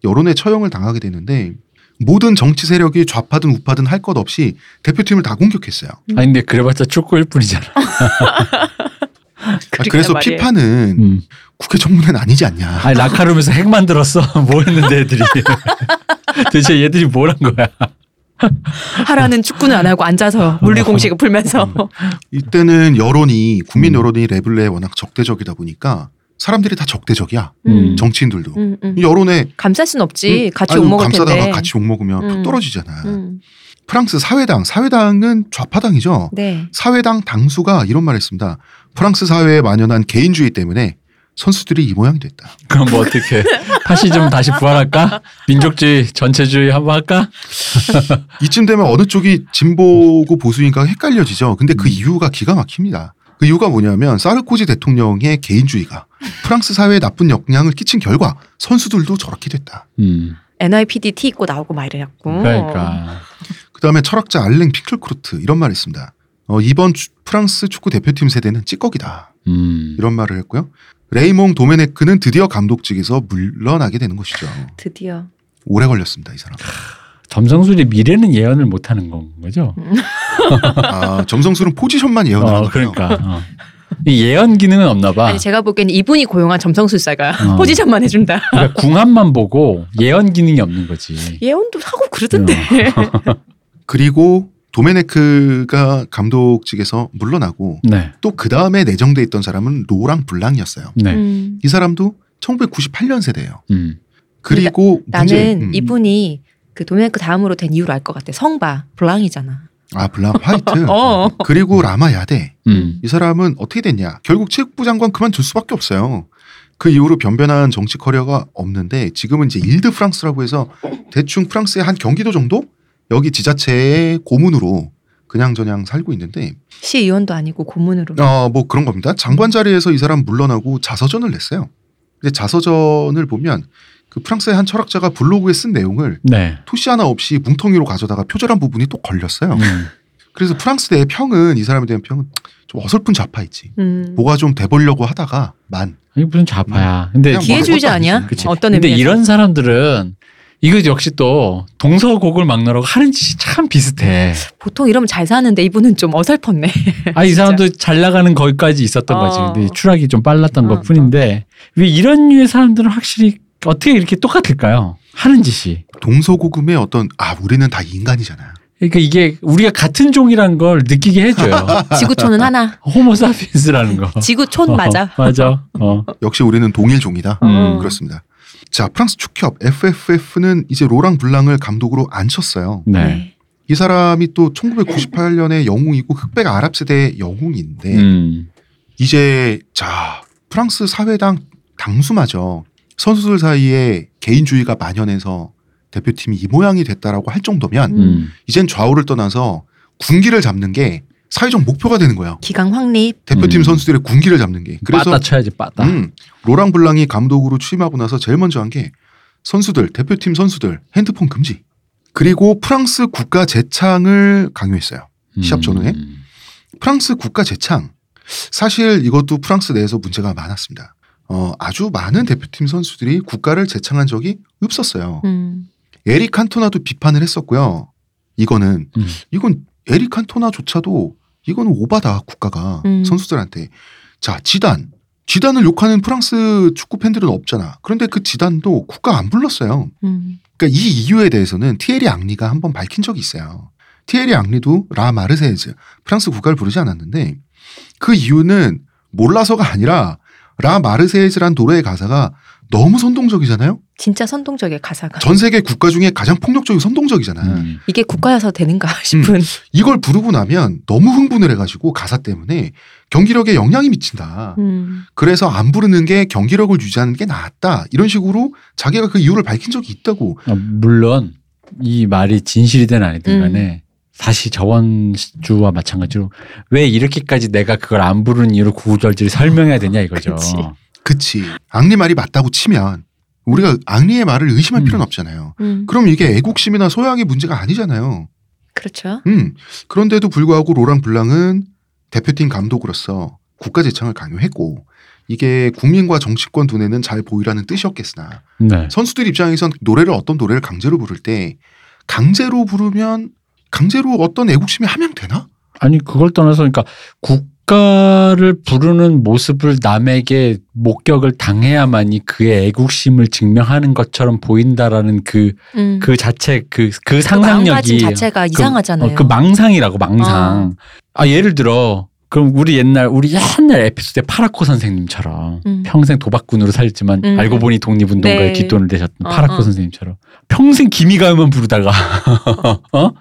S1: 여론의 처형을 당하게 되는데 모든 정치 세력이 좌파든 우파든 할 것 없이 대표팀을 다 공격했어요.
S3: 아니 근데 그래봤자 축구일 뿐이잖아.
S1: 아, 그래서
S2: 말이에요.
S1: 피파는
S3: 음.
S1: 국회 청문회는 아니지 않냐.
S3: 아니 라카룸에서 핵 만들었어. 뭐 했는데 애들이. 도대체 얘들이 뭘 한 거야.
S2: 하라는 축구는 안 하고 앉아서 물리공식을 풀면서
S1: 음, 이때는 여론이 국민
S3: 음.
S1: 여론이 레블레에 워낙 적대적이다 보니까 사람들이 다 적대적이야.
S3: 음.
S1: 정치인들도.
S2: 음, 음.
S1: 이 여론에
S2: 감쌀 순 없지.
S1: 응?
S2: 같이
S1: 음. 아유,
S2: 욕 먹을
S1: 감싸다가
S2: 텐데.
S1: 같이 욕 먹으면 팍
S2: 음.
S1: 떨어지잖아.
S2: 음.
S1: 프랑스 사회당, 사회당은 좌파당이죠.
S2: 네.
S1: 사회당 당수가 이런 말을 했습니다. 프랑스 사회에 만연한 개인주의 때문에 선수들이 이 모양이 됐다.
S3: 그럼 뭐 어떻게 파시즘 다시 부활할까? 민족주의 전체주의 한번 할까?
S1: 이쯤 되면 어느 쪽이 진보고 보수인가 헷갈려지죠. 근데 그
S3: 음.
S1: 이유가 기가 막힙니다. 그 이유가 뭐냐면 사르코지 대통령의 개인주의가 프랑스 사회에 나쁜 영향을 끼친 결과 선수들도 저렇게 됐다.
S3: 음.
S2: NIPD 티 입고 나오고 막 이래갖고.
S3: 그러니까
S1: 그다음에 철학자 알랭 피클크루트 이런 말을 했습니다. 어, 이번 주- 프랑스 축구 대표팀 세대는 찌꺼기다.
S3: 음.
S1: 이런 말을 했고요. 레이몽 도메네크는 드디어 감독직에서 물러나게 되는 것이죠.
S2: 드디어.
S1: 오래 걸렸습니다, 이 사람.
S3: 점성술이 미래는 예언을 못하는 건 거죠.
S1: 아, 점성술은 포지션만 예언을
S3: 어,
S1: 하거든요.
S3: 그러니까 어. 이 예언 기능은 없나 봐.
S2: 아니 제가 보기엔 이분이 고용한 점성술사가
S3: 어.
S2: 포지션만 해준다.
S3: 그러니까 궁합만 보고 예언 기능이 없는 거지.
S2: 예언도 하고 그러던데.
S1: 그리고 도메네크가 감독직에서 물러나고
S3: 네,
S1: 또 그 다음에 내정돼 있던 사람은 로랑 블랑이었어요.
S3: 네, 음.
S2: 음.
S1: 이 사람도 1998년 세대예요. 그리고 문제-
S2: 그러니까 나는
S1: 음.
S2: 이분이 그 도메네크 다음으로 된 이유를 알 것 같아. 성바 블랑이잖아.
S1: 아 블랑 화이트
S2: 어.
S1: 그리고 라마 야데
S3: 음.
S1: 이 사람은 어떻게 됐냐? 결국 체육부 장관 그만둘 수밖에 없어요. 그 이후로 변변한 정치 커리어가 없는데 지금은 이제 일드 프랑스라고 해서 대충 프랑스의 한 경기도 정도 여기 지자체의 고문으로 그냥저냥 살고 있는데
S2: 시의원도 아니고 고문으로.
S1: 어, 뭐 그런 겁니다. 장관 자리에서 이 사람 물러나고 자서전을 냈어요. 근데 자서전을 보면 그 프랑스의 한 철학자가 블로그에 쓴 내용을
S3: 네.
S1: 토시 하나 없이 뭉텅이로 가져다가 표절한 부분이 또 걸렸어요.
S3: 음.
S1: 그래서 프랑스 내 평은 이 사람에 대한 평은 좀 어설픈 좌파이지.
S2: 음.
S1: 뭐가 좀 돼보려고 하다가 만.
S3: 이게 무슨 좌파야. 근데
S1: 그냥 뭐
S2: 기회주의자
S1: 아무것도
S2: 아니야?
S1: 아니지. 그치.
S2: 어떤
S3: 근데
S2: 의미에서?
S3: 이런 사람들은 이거 역시 또 동서곡을 막느라고 하는 짓이 참 비슷해.
S1: 네.
S2: 보통 이러면 잘 사는데 이분은 좀 어설펐네.
S3: 아 이
S2: 진짜.
S3: 사람도 잘 나가는 거기까지 있었던
S2: 어.
S3: 거지. 근데 추락이 좀 빨랐던
S2: 어,
S3: 것뿐인데 왜 이런 류의 사람들은 확실히 어떻게 이렇게 똑같을까요? 하는 짓이.
S1: 동서고금의 어떤 아 우리는 다 인간이잖아.
S3: 그러니까 이게 우리가 같은 종이란 걸 느끼게 해줘요.
S2: 지구촌은 하나.
S3: 호모사피엔스라는 거.
S2: 지구촌
S3: 어,
S2: 맞아. 어.
S3: 맞아. 어.
S1: 역시 우리는 동일종이다.
S3: 음.
S1: 그렇습니다. 자 프랑스 축협 FFF는 이제 로랑 블랑을 감독으로 안 쳤어요.
S3: 네.
S1: 이 사람이 또 1998년에 영웅이고 흑백 아랍 세대의 영웅인데
S3: 음.
S1: 이제 자 프랑스 사회당 당수마저 선수들 사이에 개인주의가 만연해서 대표팀이 이 모양이 됐다라고 할 정도면
S3: 음.
S1: 이젠 좌우를 떠나서 군기를 잡는 게 사회적 목표가 되는 거예요.
S2: 기강 확립.
S1: 대표팀
S3: 음.
S1: 선수들의 군기를 잡는 게. 그래서
S3: 빠따 쳐야지 빠따.
S1: 음, 로랑 블랑이 감독으로 취임하고 나서 제일 먼저 한 게 선수들 대표팀 선수들 핸드폰 금지. 그리고 프랑스 국가 재창을 강요했어요. 시합 전후에?
S3: 음.
S1: 프랑스 국가 재창. 사실 이것도 프랑스 내에서 문제가 많았습니다. 어, 아주 많은 대표팀 선수들이 국가를 재창한 적이 없었어요.
S2: 음.
S1: 에릭 칸토나도 비판을 했었고요. 이거는
S3: 음.
S1: 이건 에릭 칸토나조차도 이거는 오바다 국가가
S2: 음.
S1: 선수들한테 자 지단 지단을 욕하는 프랑스 축구 팬들은 없잖아. 그런데 그 지단도 국가 안 불렀어요.
S2: 음.
S1: 그러니까 이 이유에 대해서는 티에리 앙리가 한번 밝힌 적이 있어요. 티에리 앙리도 라 마르세즈 프랑스 국가를 부르지 않았는데 그 이유는 몰라서가 아니라 라 마르세즈란 노래의 가사가 너무 선동적이잖아요.
S2: 진짜 선동적의 가사가.
S1: 전 세계 국가 중에 가장 폭력적이고 선동적이잖아.
S3: 음.
S2: 이게 국가여서 되는가 싶은.
S1: 이걸 부르고 나면 너무 흥분을 해가지고 가사 때문에 경기력에 영향이 미친다.
S2: 음.
S1: 그래서 안 부르는 게 경기력을 유지하는 게 낫다. 이런 식으로 자기가 그 이유를 밝힌 적이 있다고.
S3: 아, 물론 이 말이 진실이든
S2: 음.
S3: 아니든 간에 사실 저번 주와 마찬가지로 왜 이렇게까지 내가 그걸 안 부르는 이유로 구구절절히 설명해야 되냐 이거죠.
S2: 그치.
S1: 그치. 앙리 말이 맞다고 치면 우리가 앙리의 말을 의심할
S3: 음.
S1: 필요는 없잖아요.
S2: 음.
S1: 그럼 이게 애국심이나 소양의 문제가 아니잖아요.
S2: 그렇죠.
S1: 음. 그런데도 불구하고 로랑 블랑은 대표팀 감독으로서 국가 재창을 강요했고 이게 국민과 정치권 눈에는 잘 보이라는 뜻이었겠으나
S3: 네.
S1: 선수들 입장에선 노래를 어떤 노래를 강제로 부를 때 강제로 부르면 강제로 어떤 애국심이 함양되나?
S3: 아니 그걸 떠나서 그러니까 국가를 부르는 모습을 남에게 목격을 당해야만이 그의 애국심을 증명하는 것처럼 보인다라는 그 그
S2: 음.
S3: 자체 그 그
S2: 그 마음가짐
S3: 상상력이
S2: 자체가 이상하잖아요.
S3: 어, 그 망상이라고 망상. 아 예를 들어 그럼 우리 옛날 우리 옛날 에피소드 파라코 선생님처럼
S2: 음.
S3: 평생 도박꾼으로 살지만
S2: 음.
S3: 알고 보니
S2: 네.
S3: 독립운동가의 뒷돈을 대셨던
S2: 어,
S3: 파라코
S2: 어.
S3: 선생님처럼 평생 기미가요만 부르다가 어?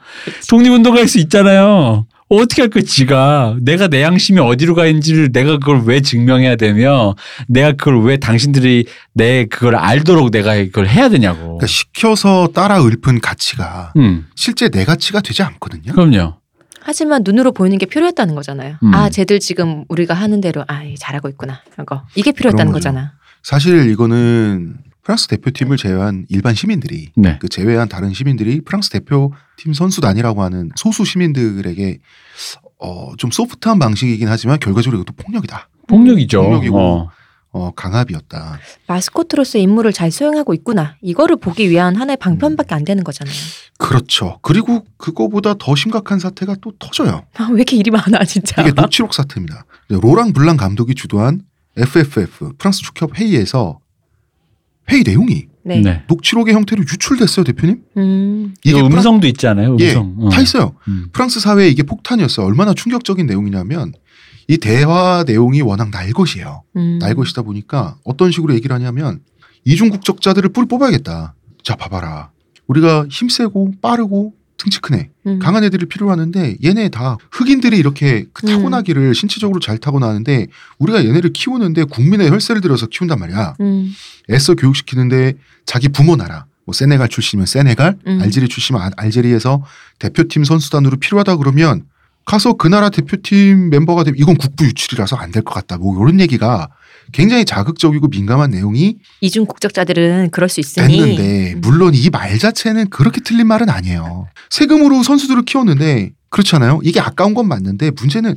S3: 독립운동가일 수 있잖아요. 어떻게 할 거야 지가 내가 내 양심이 어디로 가 있는지를 내가 그걸 왜 증명해야 되며 내가 그걸 왜 당신들이 내 그걸 알도록 내가 그걸 해야 되냐고.
S1: 그러니까 시켜서 따라 읊은 가치가
S3: 음
S1: 실제 내 가치가 되지 않거든요.
S3: 그럼요.
S2: 하지만 눈으로 보이는 게 필요했다는 거잖아요.
S3: 음.
S2: 아, 쟤들 지금 우리가 하는 대로 아, 이 잘하고 있구나. 이거 이게
S1: 그런
S2: 필요했다는
S1: 거죠.
S2: 거잖아.
S1: 사실 이거는 프랑스 대표팀을 제외한 일반 시민들이
S3: 네.
S1: 그 제외한 다른 시민들이 프랑스 대표팀 선수단이라고 하는 소수 시민들에게 어, 좀 소프트한 방식이긴 하지만 결과적으로 이것도 폭력이다.
S3: 폭력이죠.
S1: 폭력이고.
S3: 어.
S1: 어, 강압이었다.
S2: 마스코트로서 임무를 잘 수행하고 있구나. 이거를 보기 위한 하나의 방편밖에 안 되는 거잖아요.
S1: 그렇죠. 그리고 그거보다 더 심각한 사태가 또 터져요.
S2: 아, 왜 이렇게 일이 많아 진짜.
S1: 이게 녹취록 사태입니다. 로랑 블랑 감독이 주도한 FFF 프랑스 축협 회의에서 회의 내용이
S2: 네.
S1: 녹취록의 형태로 유출됐어요, 대표님?
S2: 음.
S3: 이게
S1: 프랑-
S3: 음성도 있지 않아요?
S1: 예,
S3: 음성. 어.
S1: 다 있어요.
S3: 음.
S1: 프랑스 사회에 이게 폭탄이었어요. 얼마나 충격적인 내용이냐면 이 대화 내용이 워낙 날것이에요.
S2: 음.
S1: 날것이다 보니까 어떤 식으로 얘기를 하냐면 이중 국적자들을 뿔 뽑아야겠다. 자 봐봐라. 우리가 힘세고 빠르고 등치 큰 애,
S2: 음.
S1: 강한 애들이 필요하는데 얘네 다 흑인들이 이렇게 그
S2: 음.
S1: 타고나기를 신체적으로 잘 타고나는데 우리가 얘네를 키우는데 국민의 혈세를 들여서 키운단 말이야.
S2: 음.
S1: 애써 교육시키는데 자기 부모 나라 뭐 세네갈 출신이면 세네갈
S2: 음.
S1: 알제리 출신이면 알- 알제리에서 대표팀 선수단으로 필요하다 그러면 가서 그 나라 대표팀 멤버가 되면 이건 국부 유출이라서 안 될 것 같다 뭐 이런 얘기가 굉장히 자극적이고 민감한 내용이
S2: 이중 국적자들은 그럴 수 있으니.
S1: 됐는데
S2: 음.
S1: 물론 이 말 자체는 그렇게 틀린 말은 아니에요 세금으로 선수들을 키웠는데 그렇잖아요 이게 아까운 건 맞는데 문제는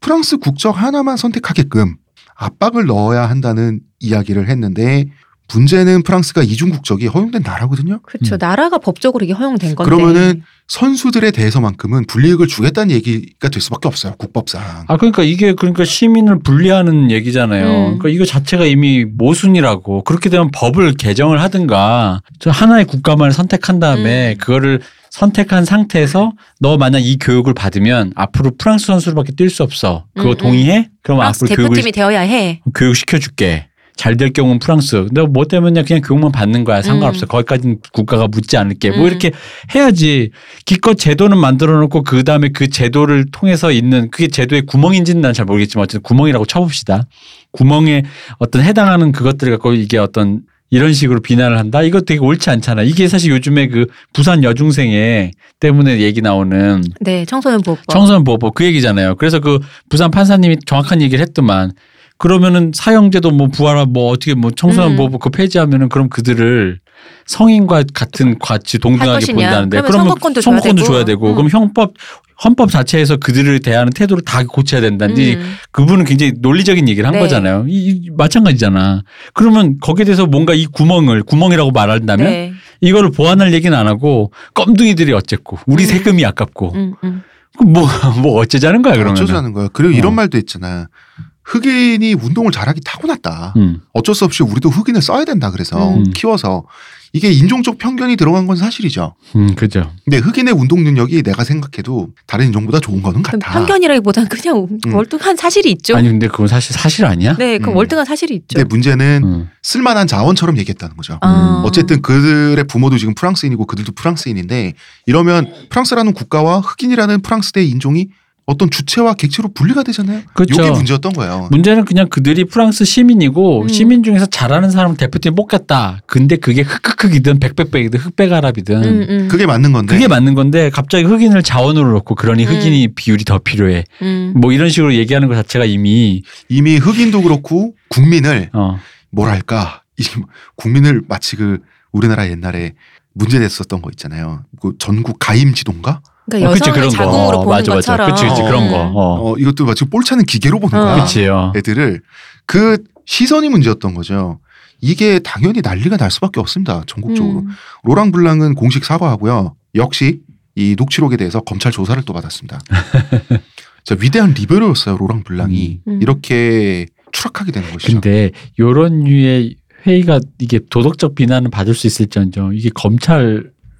S1: 프랑스 국적 하나만 선택하게끔 압박을 넣어야 한다는 이야기를 했는데 문제는 프랑스가 이중 국적이 허용된 나라거든요
S2: 그렇죠.
S3: 음.
S2: 나라가 법적으로 이게 허용된 건데.
S1: 그러면은 선수들에 대해서만큼은 불이익을 주겠다는 얘기가 될 수밖에 없어요 국법상
S3: 아 그러니까 이게 그러니까 시민을 분리하는 얘기잖아요.
S2: 음.
S3: 그러니까 이거 자체가 이미 모순이라고 그렇게 되면 법을 개정을 하든가 저 하나의 국가만을 선택한 다음에
S2: 음.
S3: 그거를 선택한 상태에서 너 만약 이 교육을 받으면 앞으로 프랑스 선수로밖에 뛸 수 없어. 그거
S2: 음, 음.
S3: 동의해? 그럼
S2: 프랑스
S1: 아,
S3: 앞으로 교육을
S2: 대표팀이 되어야 해.
S3: 교육 시켜줄게. 잘 될 경우는 프랑스. 근데 뭐 때문에 그냥 교육만 받는 거야. 상관없어.
S2: 음.
S3: 거기까지는 국가가 묻지 않을게. 뭐
S2: 음.
S3: 이렇게 해야지. 기껏 제도는 만들어 놓고 그 다음에 그 제도를 통해서 있는 그게 제도의 구멍인지는 난 잘 모르겠지만 어쨌든 구멍이라고 쳐봅시다. 구멍에 어떤 해당하는 그것들을 갖고 이게 어떤 이런 식으로 비난을 한다? 이거 되게 옳지 않잖아. 이게 사실 요즘에 그 부산 여중생회 때문에 얘기 나오는
S2: 네, 청소년 보호법.
S3: 청소년 보호법 그 얘기잖아요. 그래서 그 부산 판사님이 정확한 얘기를 했더만 그러면은 사형제도 뭐 부활화 뭐 어떻게 뭐 청소년
S2: 음.
S3: 보호법 그 폐지하면은 그럼 그들을 성인과 같은 같이
S2: 할
S3: 동등하게
S2: 것이냐.
S3: 본다는데
S2: 그러면 선거권도 줘야
S3: 선거권도
S2: 되고. 음.
S3: 줘야 되고 그럼 형법 헌법 자체에서 그들을 대하는 태도를 다 고쳐야 된다는 데
S2: 음.
S3: 그분은 굉장히 논리적인 얘기를 한
S2: 네.
S3: 거잖아요. 이, 이 마찬가지잖아. 그러면 거기에 대해서 뭔가 이 구멍을 구멍이라고 말한다면
S2: 네.
S3: 이거를 보완할 얘기는 안 하고 껌둥이들이 어쨌고 우리
S2: 음.
S3: 세금이 아깝고
S2: 음, 음.
S3: 그럼 뭐, 뭐 어쩌자는 거야, 그러면.
S1: 어쩌자는 거야 그리고
S3: 어.
S1: 이런 말도 있잖아 흑인이 운동을 잘하기 타고났다
S3: 음.
S1: 어쩔 수 없이 우리도 흑인을 써야 된다 그래서
S2: 음.
S1: 키워서 이게 인종적 편견이 들어간 건 사실이죠
S3: 음, 그죠.
S1: 근데 흑인의 운동 능력이 내가 생각해도 다른 인종보다 좋은 거는
S2: 그럼
S1: 같아
S2: 편견이라기보다는 그냥
S1: 음.
S2: 월등한 사실이 있죠.
S3: 아니, 근데 그건 사실 사실 아니야?
S2: 네, 그
S1: 음.
S2: 월등한 사실이 있죠.
S1: 근데 문제는
S3: 음.
S1: 쓸만한 자원처럼 얘기했다는 거죠
S2: 아.
S1: 어쨌든 그들의 부모도 지금 프랑스인이고 그들도 프랑스인인데 이러면 프랑스라는 국가와 흑인이라는 프랑스의 인종이 어떤 주체와 객체로 분리가 되잖아요.
S2: 그렇죠.
S3: 그쵸.
S1: 이게 문제였던 거예요.
S3: 문제는 그냥 그들이 프랑스 시민이고
S2: 음.
S3: 시민 중에서 잘하는 사람 대표팀 뽑겠다. 근데 그게 흑흑흑이든 백백백이든 흑백아랍이든
S2: 음, 음.
S1: 그게 맞는 건데.
S3: 그게 맞는 건데 갑자기 흑인을 자원으로 놓고 그러니 흑인이 비율이 더 필요해.
S2: 음.
S3: 뭐 이런 식으로 얘기하는 것 자체가 이미
S1: 이미 흑인도 그렇고 국민을
S3: 어.
S1: 뭐랄까 이 국민을 마치 그 우리나라 옛날에 문제됐었던 거 있잖아요. 그 전국 가임 지도인가?
S2: 그러니까
S3: 그치,
S2: 여성을 자궁으로
S3: 어,
S2: 보는
S3: 맞아, 맞아.
S2: 것처럼. 음.
S3: 그치, 그치, 그런 거. 어.
S1: 어, 이것도 마치 볼차는 기계로 보는
S2: 어.
S1: 거야.
S3: 그치요.
S1: 애들을 그 시선이 문제였던 거죠. 이게 당연히 난리가 날 수밖에 없습니다. 전국적으로.
S2: 음.
S1: 로랑 블랑은 공식 사과하고요. 역시 이 녹취록에 대해서 검찰 조사를 또 받았습니다. 자, 위대한 리베로였어요. 로랑 블랑이
S2: 음. 음.
S1: 이렇게 추락하게 되는 것이죠.
S3: 근데 요런 류의 회의가 이게 도덕적 비난을 받을 수 있을지언정 이게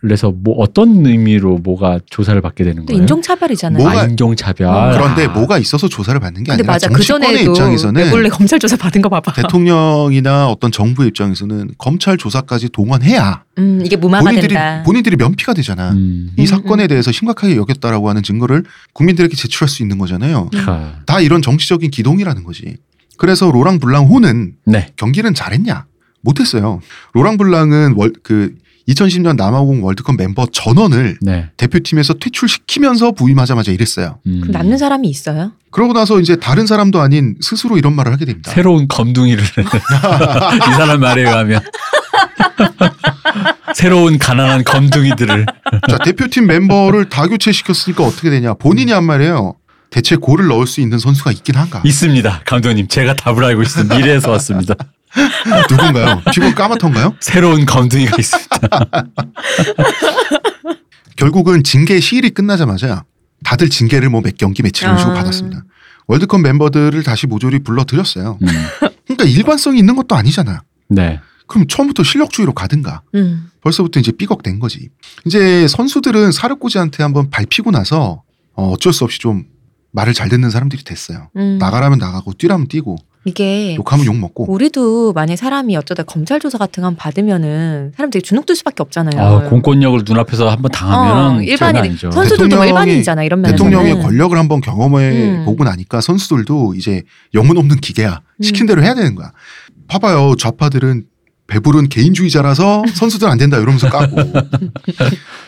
S3: 검찰에서 뭐 어떤 의미로 뭐가 조사를 받게 되는
S2: 또
S3: 거예요?
S2: 인종차별이잖아요.
S1: 네. 뭐가-
S3: 아, 인종차별.
S2: 어,
S1: 그런데
S3: 아.
S1: 뭐가 있어서 조사를 받는 게
S2: 근데
S1: 아니라
S2: 맞아.
S1: 정치권의
S2: 그전에도
S1: 입장에서는
S2: 원래 검찰 조사 받은 거 봐봐.
S1: 대통령이나 어떤 정부의 입장에서는 검찰 조사까지 동원해야
S2: 음, 이게 무마가
S1: 본인들이
S2: 된다.
S1: 본인들이 면피가 되잖아.
S3: 음.
S1: 이
S2: 음,
S1: 사건에 대해서 심각하게 여겼다라고 하는 증거를 국민들에게 제출할 수 있는 거잖아요.
S3: 아.
S1: 다 이런 정치적인 기동이라는 거지. 그래서 로랑 블랑 호는
S3: 네.
S1: 경기는 잘했냐? 못했어요. 로랑블랑은 월, 그 2010년 남아공 월드컵 멤버 전원을
S3: 네.
S1: 대표팀에서 퇴출시키면서 부임하자마자 이랬어요.
S3: 음.
S2: 그럼 남는 사람이 있어요?
S1: 그러고 나서 이제 다른 사람도 아닌 스스로 이런 말을 하게 됩니다.
S3: 새로운 검둥이를 이 사람 말에 의하면 새로운 가난한 검둥이들을
S1: 자, 대표팀 멤버를 다 교체시켰으니까 어떻게 되냐? 본인이 한 말이에요. 대체 골을 넣을 수 있는 선수가 있긴 한가?
S3: 있습니다. 감독님. 제가 답을 알고 있습니다. 미래에서 왔습니다.
S1: 누군가요? 피부 까맣던가요?
S3: 새로운 검둥이가 있습니다.
S1: 결국은 징계 시일이 끝나자마자 다들 징계를 뭐 몇 경기 며칠 이런 식으로
S2: 아.
S1: 받았습니다. 월드컵 멤버들을 다시 모조리 불러들였어요.
S3: 음.
S1: 그러니까 일관성이 있는 것도 아니잖아.
S3: 네.
S1: 그럼 처음부터 실력주의로 가든가.
S2: 음.
S1: 벌써부터 이제 삐걱된 거지. 이제 선수들은 사르코지한테 한번 밟히고 나서 어, 어쩔 수 없이 좀 말을 잘 듣는 사람들이 됐어요.
S2: 음. 예.
S1: 나가라면 나가고 뛰라면 뛰고
S2: 이게
S1: 욕하면 욕 먹고
S2: 우리도 만약 사람이 어쩌다 검찰 조사 같은 거 한번 받으면은 사람들이 주눅들 수밖에 없잖아요.
S3: 아, 공권력을 눈앞에서 한번 당하면
S2: 네. 어,
S3: 장난
S2: 일반인
S3: 아니죠.
S2: 선수들도 뭐
S1: 대통령이-
S2: 일반인이잖아 이런 면에서
S1: 대통령의 권력을 한번 경험해
S2: 네. 음.
S1: 보고 나니까 선수들도 이제 영혼 없는 기계야. 시킨
S2: 음.
S1: 대로 해야 되는 거야. 봐봐요. 좌파들은 배부른 개인주의자라서 선수들 안 된다 이러면서 까고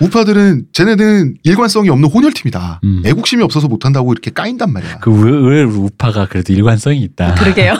S1: 우파들은 쟤네는 일관성이 없는 혼혈팀이다.
S3: 음.
S1: 애국심이 없어서 못한다고 이렇게 까인단 말이야.
S3: 그 의- 의외로 우파가 그래도 일관성이 있다.
S2: 그러게요.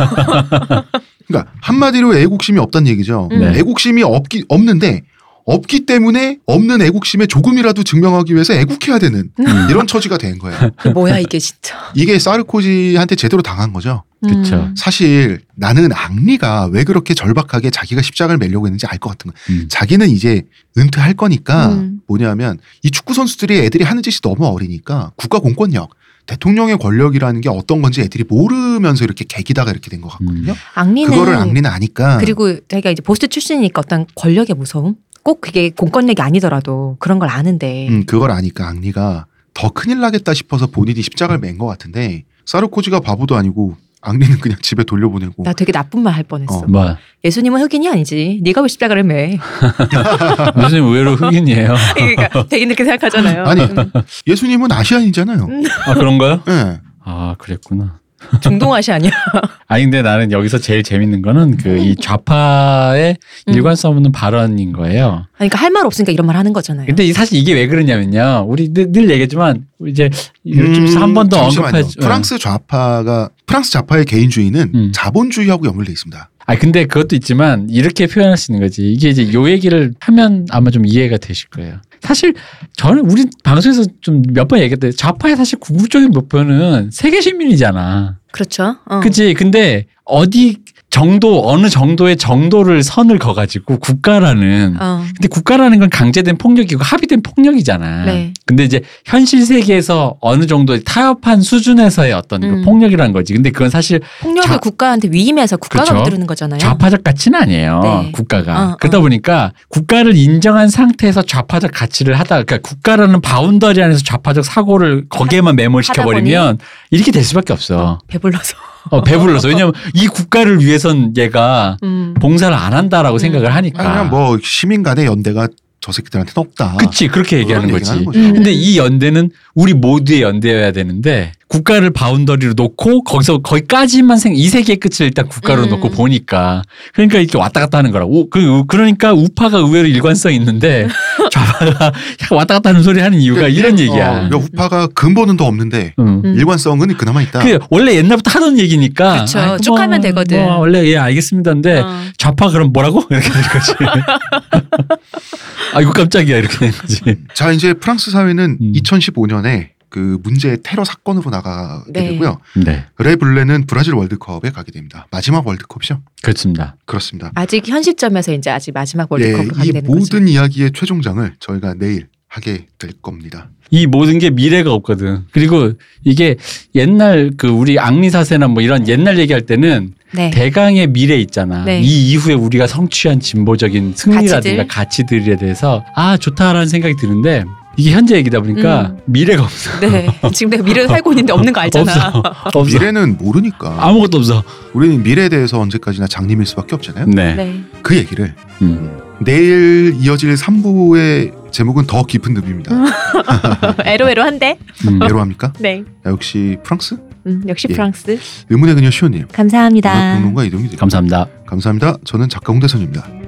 S1: 그러니까 한마디로 애국심이 없다는 얘기죠.
S2: 음.
S3: 네.
S1: 애국심이 없기 없는데 없기 때문에 없는 애국심에 조금이라도 증명하기 위해서 애국해야 되는
S2: 음.
S1: 이런 처지가 된 거예요.
S2: 뭐야 이게 진짜.
S1: 이게 사르코지한테 제대로 당한 거죠.
S5: 음,
S3: 그쵸.
S1: 사실 나는 앙리가 왜 그렇게 절박하게 자기가 십자가를 매려고 했는지 알 것 같은 거예요.
S3: 음.
S1: 자기는 이제 은퇴할 거니까
S2: 음.
S1: 뭐냐면 이 축구 선수들이 애들이 하는 짓이 너무 어리니까 국가 공권력, 대통령의 권력이라는 게 어떤 건지 애들이 모르면서 이렇게 개기다가 이렇게 된 것
S3: 음.
S1: 같거든요.
S2: 악리는
S1: 그거를 앙리는 아니까
S2: 음. 그리고 자기가 이제 보스 출신이니까 어떤 권력의 무서움? 꼭 그게 공권력이 아니더라도 그런 걸 아는데.
S1: 음, 그걸 아니까 앙리가 더 큰일 나겠다 싶어서 본인이 십자가를 맨 것 같은데 사르코지가 바보도 아니고 앙리는 그냥 집에 돌려보내고
S2: 나 되게 나쁜 말 할 뻔했어.
S1: 어.
S3: 뭐
S2: 예수님은 흑인이 아니지. 네가 왜 십자가를 매?
S3: 요즘 의외로 흑인이에요.
S2: 그러니까 되게 이렇게 생각하잖아요.
S1: 아니.
S2: 음.
S1: 예수님은 아시안이잖아요.
S2: 음.
S3: 아 그런가요?
S1: 예.
S3: 아 그랬구나.
S2: 중동아시 아니야?
S3: 아니 근데 나는 여기서 제일 재밌는 거는 그 이 좌파의
S2: 음.
S3: 일관성 없는 발언인 거예요.
S2: 아니, 그러니까 할 말 없으니까 이런 말 하는 거잖아요.
S3: 근데 이- 사실 이게 왜 그러냐면요. 우리 늘, 늘 얘기했지만 이제
S1: 음,
S3: 요즘 한번 더
S1: 잠시만요.
S3: 언급해. 어. 예.
S1: 프랑스 좌파가 프랑스 좌파의 개인주의는
S3: 음.
S1: 자본주의하고 연결돼 있습니다.
S3: 아 근데 그것도 있지만 이렇게 표현할 수 있는 거지. 이게 이제 요 얘기를 하면 아마 좀 이해가 되실 거예요. 사실 저는 우리 방송에서 좀 몇 번 얘기했대. 좌파의 사실 궁극적인 목표는 세계 시민이잖아.
S2: 그렇죠. 어.
S3: 그치. 근데 어디 정도, 어느 정도의 정도를 선을 거가지고 국가라는.
S2: 어.
S3: 근데 국가라는 건 강제된 폭력이고 합의된 폭력이잖아.
S2: 네.
S3: 근데 이제 현실 세계에서 어느 정도 타협한 수준에서의 어떤 그
S2: 음.
S3: 폭력이라는 거지. 근데 그건 사실
S2: 폭력을
S3: 자-
S2: 국가한테 위임해서 국가가
S3: 그렇죠.
S2: 만드는 거잖아요.
S3: 좌파적 가치는 아니에요.
S2: 네.
S3: 국가가.
S2: 어,
S3: 그러다
S2: 어.
S3: 보니까 국가를 인정한 상태에서 좌파적 가치를 하다, 그러니까 국가라는 바운더리 안에서 좌파적 사고를 거기에만 매몰시켜버리면 이렇게 될 수밖에 없어.
S2: 배불러서.
S3: 어, 배불러서. 왜냐면 이 국가를 위해선 얘가
S2: 음.
S3: 봉사를 안 한다라고
S2: 음.
S3: 생각을 하니까.
S1: 아니면 뭐 시민 간의 연대가 저 새끼들한테는 없다.
S3: 그치, 그렇게 얘기하는
S1: 그런
S3: 거지.
S1: 얘기를 하는
S2: 음.
S3: 근데 이 연대는 우리 모두의 연대여야 되는데 국가를 바운더리로 놓고 거기서 거기까지만 생, 이 세계의 끝을 일단 국가로
S2: 음.
S3: 놓고 보니까 그러니까 이렇게 왔다 갔다 하는 거라고. 오, 그, 그러니까 우파가 의외로 일관성 있는데 좌파가 약간 왔다 갔다 하는 소리 하는 이유가
S1: 그러니까
S3: 이런
S1: 일- 어,
S3: 얘기야.
S1: 그러니까 우파가 근본은 더 없는데
S3: 음.
S2: 음.
S1: 일관성은 그나마 있다.
S3: 그 원래 옛날부터 하던 얘기니까
S2: 그쵸.
S3: 아이고,
S2: 쭉 하면 되거든.
S3: 뭐 원래 예 알겠습니다인데
S2: 어.
S3: 좌파 그럼 뭐라고 이렇게 되는 거지. 아이고 깜짝이야 이렇게 되는 거지.
S1: 음. 자 이제 프랑스 사회는
S3: 음.
S1: 2015년에 그 문제 테러 사건으로 나가게
S2: 네.
S1: 되고요.
S3: 네
S1: 레블레는 브라질 월드컵에 가게 됩니다. 마지막 월드컵이죠?
S3: 그렇습니다.
S1: 그렇습니다.
S2: 아직 현 시점에서 이제 아직 마지막 월드컵으로
S1: 예,
S2: 가게
S1: 이
S2: 되는 거죠.
S1: 모든 이야기의 최종장을 저희가 내일 하게 될 겁니다.
S3: 이 모든 게 미래가 없거든. 그리고 이게 옛날 그 우리 앙리사세나 뭐 이런 옛날 얘기할 때는
S2: 네.
S3: 대강의 미래 있잖아.
S2: 네.
S3: 이 이후에 우리가 성취한 진보적인 승리라든가 가치들. 에 대해서 아 좋다라는 생각이 드는데 이게 현재 얘기다 보니까
S2: 음.
S3: 미래가 없어.
S2: 네. 지금 내가 미래를 살고 있는데 없는 거 알잖아.
S3: 없어. 없어.
S1: 미래는 모르니까
S3: 아무것도 없어.
S1: 우리는 미래에 대해서 언제까지나 장님일 수밖에 없잖아요.
S3: 네.
S2: 네.
S1: 그 얘기를
S3: 음.
S1: 내일 이어질 3부의 제목은 더 깊은 늪입니다.
S2: 에로에로한데.
S3: 음.
S1: 애로합니까?
S2: 네.
S1: 역시 프랑스?
S2: 음, 역시
S1: 예.
S2: 프랑스.
S1: 의문의 그녀 시호님.
S5: 네.
S3: 뭐
S2: 감사합니다.
S1: 문학평론가 이동희 님
S3: 감사합니다.
S1: 감사합니다. 저는 작가 홍대선입니다.